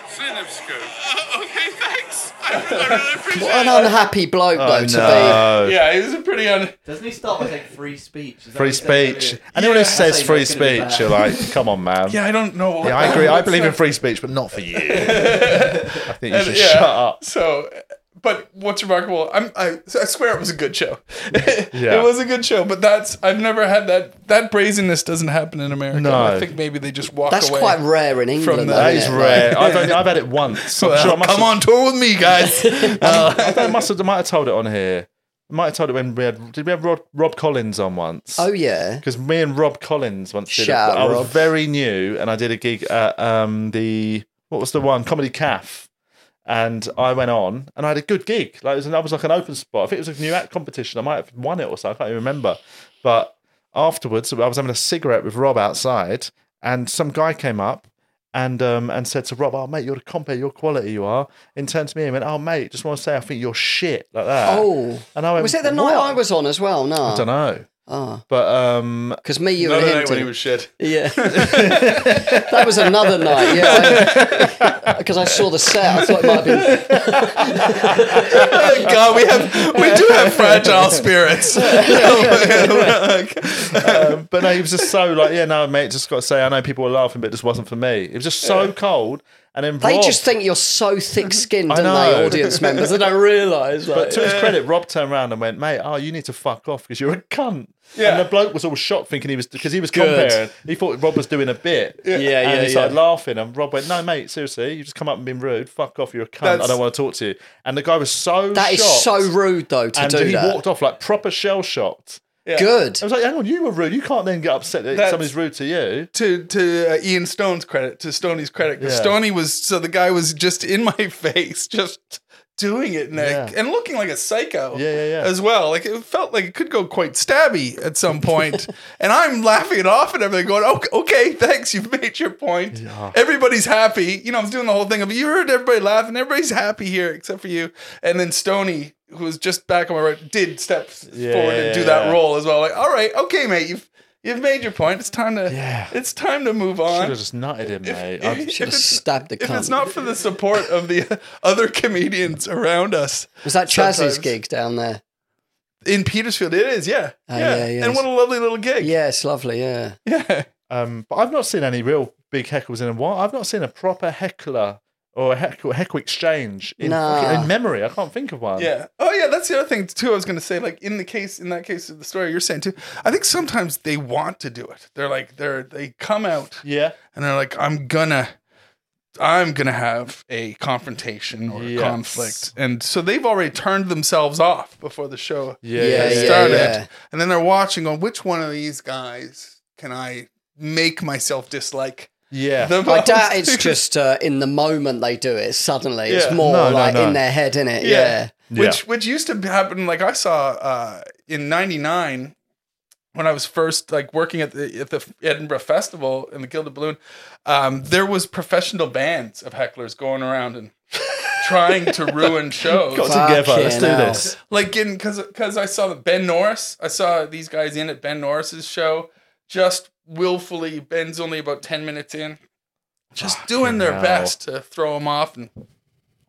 Speaker 2: Synapscope. Uh, [LAUGHS] okay, thanks. I, I really appreciate
Speaker 5: What an
Speaker 2: it.
Speaker 5: unhappy bloke, though, to
Speaker 1: [LAUGHS]
Speaker 4: Oh, uh,
Speaker 1: Yeah, he was a pretty un.
Speaker 3: Doesn't he start with like free speee
Speaker 4: free speech. Anyone
Speaker 1: Yeah.
Speaker 4: who says
Speaker 3: Say
Speaker 4: free
Speaker 3: that's gonna be
Speaker 4: speech,
Speaker 3: bad.
Speaker 4: you're like, come on, man.
Speaker 1: Yeah, I don't know. what
Speaker 4: Yeah, I
Speaker 1: the
Speaker 4: agree.
Speaker 1: hell
Speaker 4: I
Speaker 1: it's
Speaker 4: believe in
Speaker 1: like.
Speaker 4: free speech, but not for you. I think you
Speaker 1: And,
Speaker 4: should
Speaker 1: yeah.
Speaker 4: [LAUGHS] shut up.
Speaker 1: So, but what's remarkable, I'm, I, I swear it was a good show. [LAUGHS]
Speaker 4: Yeah.
Speaker 1: it was a good show, but that's I've never had that. That brazenness doesbe happen in America.
Speaker 4: No.
Speaker 1: I think maybe they just walk
Speaker 5: That's
Speaker 1: away.
Speaker 5: quite rare in England.
Speaker 1: the-
Speaker 5: though,
Speaker 4: That
Speaker 5: isn't
Speaker 4: is
Speaker 5: it?
Speaker 4: rare. I've, only, I've had it once. I'm
Speaker 1: Well,
Speaker 4: sure I must
Speaker 1: come
Speaker 4: have, uh,
Speaker 1: on tour with me,
Speaker 4: [LAUGHS]
Speaker 1: guys.
Speaker 4: I think I must have, I might have told it on here. I might have told it when we had. Did we have Rob, Rob Collins on once?
Speaker 5: Oh yeah.
Speaker 4: Because me and Rob Collins once did.
Speaker 5: Shout out,
Speaker 4: a, I was
Speaker 5: Rob.
Speaker 4: very new, and I did a gig at um, the what was the one comedy calf, and I went on, and I had a good gig. Like it was, an, I was like an open spot. I think it was a new act competition. I might have won it or so. I can't even remember. But afterwards, I was having a cigarette with Rob outside, and some guy came up. And um, and said to Rob, "Oh mate, you're the compare, your quality, you are." And turned to me and went, "Oh mate, just want to say I think you're shit like that."
Speaker 5: Oh.
Speaker 4: and I went,
Speaker 5: Was it the Uh. night
Speaker 4: "What?"
Speaker 5: I was on as well? No.
Speaker 4: I don't know. But um,
Speaker 5: Because me, you,
Speaker 1: Another
Speaker 5: and him.
Speaker 1: night when he
Speaker 5: did-
Speaker 1: was shit.
Speaker 5: Yeah. that was another night, yeah.
Speaker 4: [LAUGHS]
Speaker 5: Because I, saw the set. I thought it might have been.
Speaker 1: God, we have we do have fragile spirits.
Speaker 4: [LAUGHS] [LAUGHS] Um, but no, he was just so like, yeah, no, mate, just got to say, I know people were laughing, but it just wasn't for me. It was just so cold. And then
Speaker 5: They
Speaker 4: Rob-
Speaker 5: just think you're so thick-skinned,
Speaker 4: I
Speaker 5: don't
Speaker 4: know.
Speaker 5: they, audience members? They don't realise.
Speaker 4: But
Speaker 5: Like,
Speaker 4: to his credit, Rob turned around and went, "Mate, oh, you need to fuck off because you're a cunt."
Speaker 1: Yeah.
Speaker 4: And the bloke was all shocked, thinking he was because he was
Speaker 5: Good.
Speaker 4: comparing. He thought Rob was doing a bit. Yeah,
Speaker 5: yeah,
Speaker 4: And he
Speaker 5: yeah.
Speaker 4: started laughing, and Rob went, "No, mate, seriously, you just come up and been rude. Fuck off, you're a cunt. I
Speaker 1: That's-
Speaker 4: don't want to talk to you." And the guy was so
Speaker 5: that is
Speaker 4: shocked,
Speaker 5: so rude, though, to
Speaker 4: and
Speaker 5: do
Speaker 4: he
Speaker 5: that.
Speaker 4: walked off like proper shell shocked.
Speaker 5: Good.
Speaker 4: I was like, "Hang on, you were rude. You can't then get upset that
Speaker 1: That's-
Speaker 4: somebody's rude to you."
Speaker 1: to to uh, Ian Stone's credit, to Stoney's credit, because
Speaker 4: Yeah.
Speaker 1: Stoney was so the guy was just in my [LAUGHS] face, just doing it and,
Speaker 4: Yeah.
Speaker 1: and looking like a psycho,
Speaker 4: Yeah, yeah, yeah.
Speaker 1: as well. Like it felt like it could go quite stabby at
Speaker 4: [LAUGHS]
Speaker 1: some point, and I'm laughing it off and everything, going, okay, okay, thanks, you've made your point. Everybody's happy. You know, I was doing the whole thing of you heard everybody laughing, everybody's happy here except for you, and then Stoney. Who was just back on my right did step
Speaker 4: Yeah,
Speaker 1: forward
Speaker 4: yeah,
Speaker 1: and do
Speaker 4: yeah,
Speaker 1: that
Speaker 4: yeah.
Speaker 1: role as well. Like, all right, okay, mate, you've you've made your point. It's time to
Speaker 4: Yeah.
Speaker 1: it's time to move
Speaker 4: Should
Speaker 1: on.
Speaker 4: have just nutted him, mate.
Speaker 1: If,
Speaker 4: I-
Speaker 5: Should have
Speaker 1: it's,
Speaker 5: stabbed the
Speaker 1: if
Speaker 5: cunt.
Speaker 1: it's not for the support of the [LAUGHS] other comedians around us
Speaker 5: was that Chaz's
Speaker 1: sometimes-
Speaker 5: gig down there?
Speaker 1: in Petersfield, it is, yeah,
Speaker 5: Oh,
Speaker 1: yeah.
Speaker 5: yeah, yeah.
Speaker 1: And what a lovely little gig.
Speaker 5: Yeah, it's lovely. Yeah.
Speaker 1: yeah.
Speaker 4: Um, but I've not seen any real big heckles in a while. I've not seen a proper heckler or a heckle, heckle exchange in,
Speaker 5: Nah.
Speaker 4: fucking- in memory. I can't think of one.
Speaker 1: Yeah. Oh, yeah. That's the other thing too. I was going to say, like in the case, in that case of the story you're saying too. I think sometimes they want to do it. They're like, they're they come out
Speaker 4: Yeah.
Speaker 1: and they're like, I'm gonna, I'm gonna have a confrontation or
Speaker 4: Yes.
Speaker 1: a conflict, and so they've already turned themselves off before the show
Speaker 4: Yeah.
Speaker 5: Yeah,
Speaker 1: yeah,
Speaker 5: yeah,
Speaker 1: started.
Speaker 5: yeah.
Speaker 1: And then they're watching on which one of these guys can I make myself dislike
Speaker 4: Yeah.
Speaker 5: I
Speaker 1: the most?
Speaker 5: doubt
Speaker 1: [LAUGHS]
Speaker 5: it's just uh, in the moment they do it suddenly. It's
Speaker 1: Yeah.
Speaker 5: more
Speaker 4: No, no,
Speaker 5: like
Speaker 4: no.
Speaker 5: in their head, innit?
Speaker 1: Yeah.
Speaker 5: Yeah.
Speaker 1: which which used to happen. Like I saw uh, in '99 when I was first like working at the at the Edinburgh Festival in the Gilded Balloon. Um, there was professional bands of hecklers going around and trying to
Speaker 5: [LAUGHS]
Speaker 1: ruin shows.
Speaker 4: got
Speaker 5: Fucking
Speaker 4: together. Let's do
Speaker 5: hell.
Speaker 4: this.
Speaker 1: like in because because I saw that Ben Norris. I saw these guys in at Ben Norris's show. Just willfully, Ben's only about ten minutes in, just doing their
Speaker 4: hell.
Speaker 1: best to throw him off, and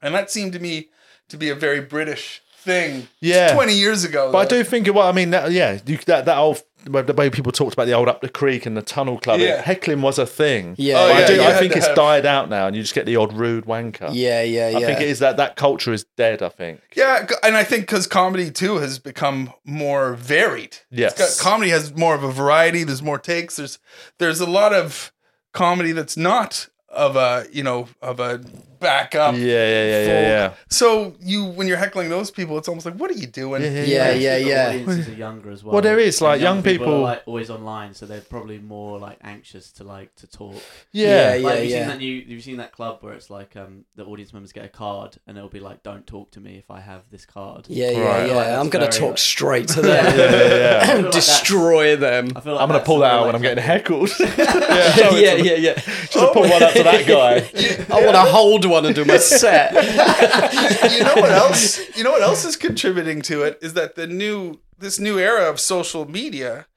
Speaker 1: and that seemed to me to be a very British thing.
Speaker 4: Yeah.
Speaker 1: twenty years ago.
Speaker 4: But I
Speaker 1: though.
Speaker 4: do think, well, I mean, that, yeah, you, that that old the way people talked about the old up the creek and the tunnel club,
Speaker 1: Yeah.
Speaker 4: heckling was a thing.
Speaker 5: Yeah.
Speaker 4: But
Speaker 5: Oh,
Speaker 4: I
Speaker 5: yeah,
Speaker 4: do.
Speaker 5: you
Speaker 4: I
Speaker 1: had
Speaker 4: think
Speaker 1: to
Speaker 4: it's
Speaker 1: have-
Speaker 4: died out now, and you just get the odd rude wanker.
Speaker 5: Yeah, yeah, yeah.
Speaker 4: I think it is that that culture is dead. I think.
Speaker 1: Yeah, c- and I think because comedy too has become more varied.
Speaker 4: Yes.
Speaker 1: It's got, comedy has more of a variety. There's more takes. There's there's a lot of comedy that's not of a you know of a backup.
Speaker 4: Yeah, yeah, yeah, yeah,
Speaker 1: folk.
Speaker 4: yeah.
Speaker 1: So you when you're heckling those people, it's almost like, what are you doing?
Speaker 5: yeah, yeah,
Speaker 3: The
Speaker 5: yeah.
Speaker 3: audiences are younger as well.
Speaker 4: Well, there is,
Speaker 3: And
Speaker 4: like, young people-
Speaker 3: are, like always online, so they're probably more like anxious to like to talk.
Speaker 4: Yeah.
Speaker 5: Yeah,
Speaker 3: Like, have you
Speaker 5: yeah.
Speaker 3: seen that new? Have you seen that club where it's like um the audience members get a card and it'll be like, "Don't talk to me if I have this card."
Speaker 5: Yeah, yeah,
Speaker 4: Right.
Speaker 5: yeah.
Speaker 3: Like, that's
Speaker 5: I'm going to
Speaker 3: very-
Speaker 5: talk straight to them. [LAUGHS]
Speaker 4: yeah.
Speaker 3: I feel like that's-
Speaker 5: Destroy them.
Speaker 3: I feel like
Speaker 4: I'm gonna
Speaker 3: that's
Speaker 4: pull that out
Speaker 3: more
Speaker 4: when I'm
Speaker 3: like-
Speaker 4: getting
Speaker 1: [LAUGHS]
Speaker 4: heckled. [LAUGHS]
Speaker 5: Yeah, yeah, yeah,
Speaker 4: Should have put one up to that guy.
Speaker 5: I want to hold one and do my set.
Speaker 1: you know what else?
Speaker 5: [LAUGHS]
Speaker 1: You know what else is contributing to it is that the new this new era of social media,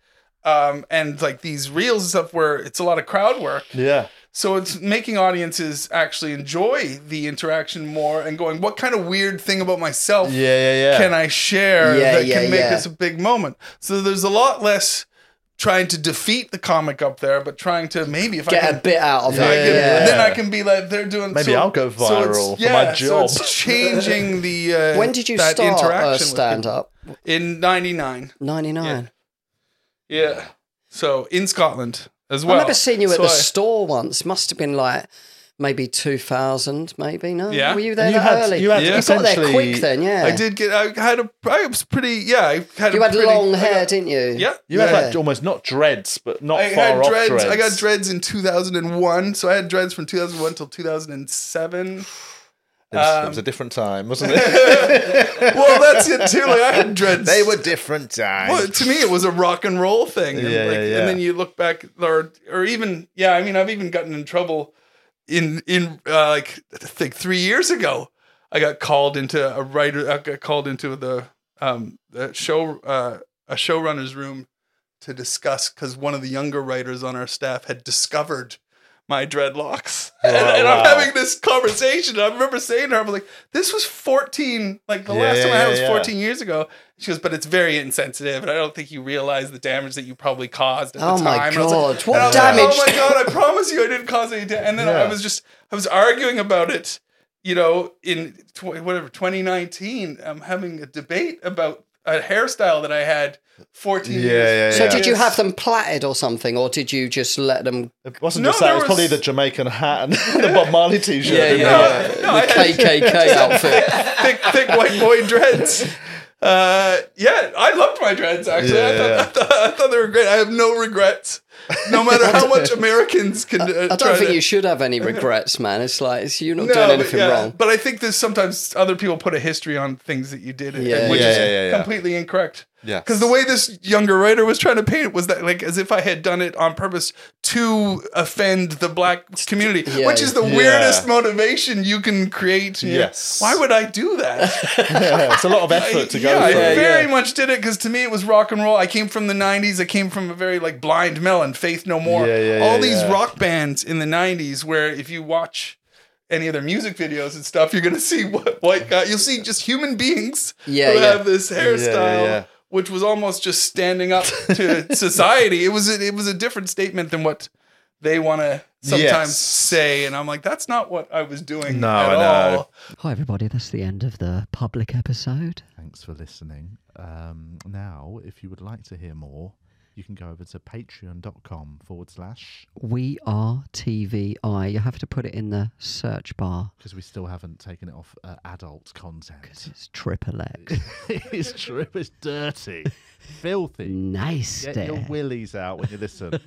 Speaker 1: um, and like these reels and stuff where it's a lot of crowd work.
Speaker 4: [LAUGHS] Yeah.
Speaker 1: So it's making audiences actually enjoy the interaction more and going, what kind of weird thing about myself
Speaker 4: Yeah, yeah, yeah.
Speaker 1: can I share
Speaker 5: Yeah,
Speaker 1: that
Speaker 5: yeah,
Speaker 1: can make
Speaker 5: yeah.
Speaker 1: this a big moment? So there's a lot less trying to defeat the comic up there, but trying to maybe if I
Speaker 5: Get
Speaker 1: can.
Speaker 5: a bit out of
Speaker 1: I
Speaker 5: it.
Speaker 1: can-
Speaker 5: yeah.
Speaker 1: Then I can be like they're doing.
Speaker 4: Maybe I'll go
Speaker 1: it's-
Speaker 4: viral for
Speaker 1: yeah,
Speaker 4: my
Speaker 1: so it's
Speaker 4: job. [LAUGHS]
Speaker 1: changing the uh,
Speaker 5: When did you
Speaker 1: that
Speaker 5: start uh,
Speaker 1: interaction with
Speaker 5: stand up?
Speaker 1: people. in '99?
Speaker 5: 99.
Speaker 1: Yeah, so in Scotland as
Speaker 5: I
Speaker 1: well.
Speaker 5: remember seeing you at
Speaker 1: So
Speaker 5: the
Speaker 1: I-
Speaker 5: store once. Must have been like maybe 2000, maybe. No,
Speaker 1: Yeah.
Speaker 5: were you there
Speaker 4: You
Speaker 5: that
Speaker 4: had-
Speaker 5: early?
Speaker 4: you had
Speaker 5: got there
Speaker 4: essentially-
Speaker 5: quick then, yeah.
Speaker 1: I did get. I had a. I was pretty. Yeah, I had.
Speaker 5: You
Speaker 1: a
Speaker 5: had
Speaker 1: pretty,
Speaker 5: long
Speaker 1: I
Speaker 5: hair,
Speaker 1: got-
Speaker 5: didn't you?
Speaker 1: Yeah.
Speaker 4: You
Speaker 5: yeah.
Speaker 4: had like almost not dreads, but not
Speaker 1: I
Speaker 4: far
Speaker 1: had
Speaker 4: off
Speaker 1: dreads.
Speaker 4: dreads.
Speaker 1: I got dreads in 2001, so I had dreads from 2001 till
Speaker 5: [LAUGHS]
Speaker 1: 2007.
Speaker 4: It was, it was
Speaker 1: Um,
Speaker 4: a different time, wasn't
Speaker 1: [LAUGHS]
Speaker 4: it?
Speaker 1: well, that's it too. Like I had dreads.
Speaker 4: different times.
Speaker 1: Well, to me, it was a rock and roll thing. And,
Speaker 4: Yeah,
Speaker 1: like,
Speaker 4: yeah, yeah.
Speaker 1: and then you look back, or or even yeah. I mean, I've even gotten in trouble in in uh, like I think three years ago. I got called into a writer. I got called into the um the show uh, a showrunner's room to discuss because one of the younger writers on our staff had discovered my dreadlocks. and, and
Speaker 4: [LAUGHS] wow.
Speaker 1: I'm having this conversation. And I remember saying to her, I'm like, this was 14, like the
Speaker 4: Yeah,
Speaker 1: last
Speaker 4: yeah,
Speaker 1: time I
Speaker 4: yeah,
Speaker 1: had was
Speaker 4: yeah.
Speaker 1: 14 years ago. She goes, but it's very insensitive, and I don't think you realize the damage that you probably caused at
Speaker 3: Oh
Speaker 1: the
Speaker 3: my
Speaker 1: time. And I was like-
Speaker 3: God, what
Speaker 1: and I was
Speaker 3: damage?
Speaker 1: Like, oh my god! I promise you, I didn't cause any damage. And then I
Speaker 6: Yeah.
Speaker 1: was just, I was arguing about it. You know, in tw- whatever 2019, I'm having a debate about a hairstyle that I had 14
Speaker 6: Yeah,
Speaker 1: years.
Speaker 6: yeah,
Speaker 3: So
Speaker 6: yeah.
Speaker 3: did you have them plaited or something, or did you just let
Speaker 1: [LAUGHS]
Speaker 3: them
Speaker 6: It wasn't
Speaker 1: No,
Speaker 6: just that.
Speaker 1: there
Speaker 6: It was probably
Speaker 1: was-
Speaker 6: the Jamaican hat
Speaker 4: [LAUGHS]
Speaker 6: and the Bob Marley T-shirt.
Speaker 3: Yeah,
Speaker 6: didn't
Speaker 3: yeah,
Speaker 6: it?
Speaker 3: yeah.
Speaker 1: [LAUGHS]
Speaker 3: the KKK outfit?
Speaker 1: thick, thick white boy dreads. Uh, yeah, I loved my dreads actually. I,
Speaker 6: Yeah,
Speaker 1: thought,
Speaker 6: yeah.
Speaker 1: I, thought, I thought they were great. I have no regrets, no matter
Speaker 3: [LAUGHS]
Speaker 1: how much Americans can. Uh,
Speaker 3: I don't think you should have any regrets, man. It's like it's, you're not doing anything
Speaker 1: but, yeah,
Speaker 3: wrong.
Speaker 1: But I think there's sometimes other people put a history on things that you did, and-
Speaker 3: Yeah,
Speaker 1: which
Speaker 3: yeah,
Speaker 1: is
Speaker 6: yeah, yeah, yeah.
Speaker 1: completely incorrect.
Speaker 6: Yes.
Speaker 1: Because the way this younger writer was trying to paint it was that like as if I had done it on purpose to offend the black community,
Speaker 3: Yeah,
Speaker 1: which is the
Speaker 6: yeah.
Speaker 1: weirdest motivation you can create. You know,
Speaker 6: Yes.
Speaker 1: Why would I do that?
Speaker 4: [LAUGHS]
Speaker 6: Yeah, it's a lot of effort to go
Speaker 1: yeah,
Speaker 6: through.
Speaker 1: I very
Speaker 3: yeah.
Speaker 1: much did it because to me it was rock and roll. I came from the '90s. I came from a very like Blind Melon, Faith No More,
Speaker 6: Yeah, yeah,
Speaker 1: all
Speaker 6: yeah,
Speaker 1: these
Speaker 6: yeah.
Speaker 1: rock bands in the '90s. Where if you watch any of their music videos and stuff, you're gonna see what white guy. You'll see just human beings
Speaker 3: Yeah,
Speaker 1: who
Speaker 3: yeah.
Speaker 1: have this hairstyle.
Speaker 6: yeah.
Speaker 1: Which was almost just
Speaker 6: [LAUGHS]
Speaker 1: standing up to society. It was a, it was a different statement than what they want to sometimes
Speaker 6: Yes.
Speaker 1: say, and I'm like, that's not what I was doing
Speaker 6: No,
Speaker 1: at
Speaker 6: I know.
Speaker 1: all.
Speaker 5: Hi, everybody. That's the end of the public episode.
Speaker 4: Thanks for listening. Um, now, if you would like to hear more, you can go over to patreon.com forward slash
Speaker 5: We are TVI. You have to put it in the search bar
Speaker 4: because we still haven't taken it off uh, adult
Speaker 5: because
Speaker 4: content.
Speaker 5: it's triple X.
Speaker 4: [LAUGHS] it's true. It's
Speaker 5: [LAUGHS]
Speaker 4: dirty, filthy.
Speaker 5: nice
Speaker 4: Get your
Speaker 5: there.
Speaker 4: willies out when
Speaker 5: [LAUGHS]
Speaker 4: you listen.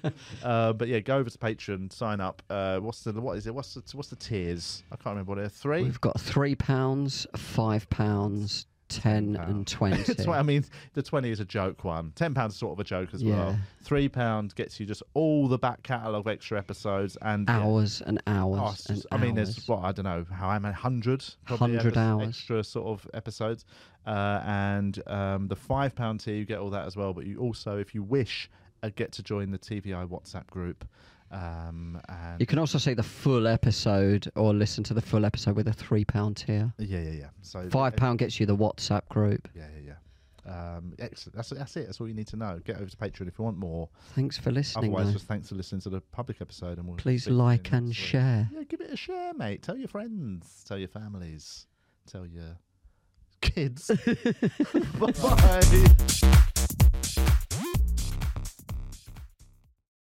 Speaker 4: uh, but yeah, go over to Patreon, sign up. Uh, what's the what is it? What's the what's the tiers? I can't remember what they're. Three.
Speaker 5: We've got three pounds, five pounds, ten, and twenty.
Speaker 4: [LAUGHS] That's what I mean. The twenty is a joke one. Ten pounds sort of a joke as well.
Speaker 5: Yeah.
Speaker 4: Three pound gets you just all the back catalogue, extra episodes, and yeah,
Speaker 5: Hours and hours
Speaker 4: oh, it's
Speaker 5: and
Speaker 4: just- I mean,
Speaker 5: hours.
Speaker 4: there's what I don't know how I'm at hundred,
Speaker 5: 100 hours.
Speaker 4: extra sort of episodes, uh, and um, the five pound tier you get all that as well. But you also, if you wish, uh, get to join the TVI WhatsApp group. Um, and
Speaker 5: You can also see the full episode or listen to the full episode with a three pound tier.
Speaker 4: yeah, yeah, yeah. So
Speaker 5: Five pound gets you the WhatsApp group.
Speaker 4: Yeah, yeah, yeah. Um, excellent. That's that's it. That's all you need to know. Get over to Patreon if you want more.
Speaker 5: Thanks for listening.
Speaker 4: Otherwise,
Speaker 5: though.
Speaker 4: just thanks for listening to the public episode, and we'll
Speaker 5: Please
Speaker 4: speak to you
Speaker 5: like
Speaker 4: next
Speaker 5: and
Speaker 4: week.
Speaker 5: share.
Speaker 4: Yeah, give it a share, mate. Tell your friends, tell your families, tell your kids. [LAUGHS] Bye.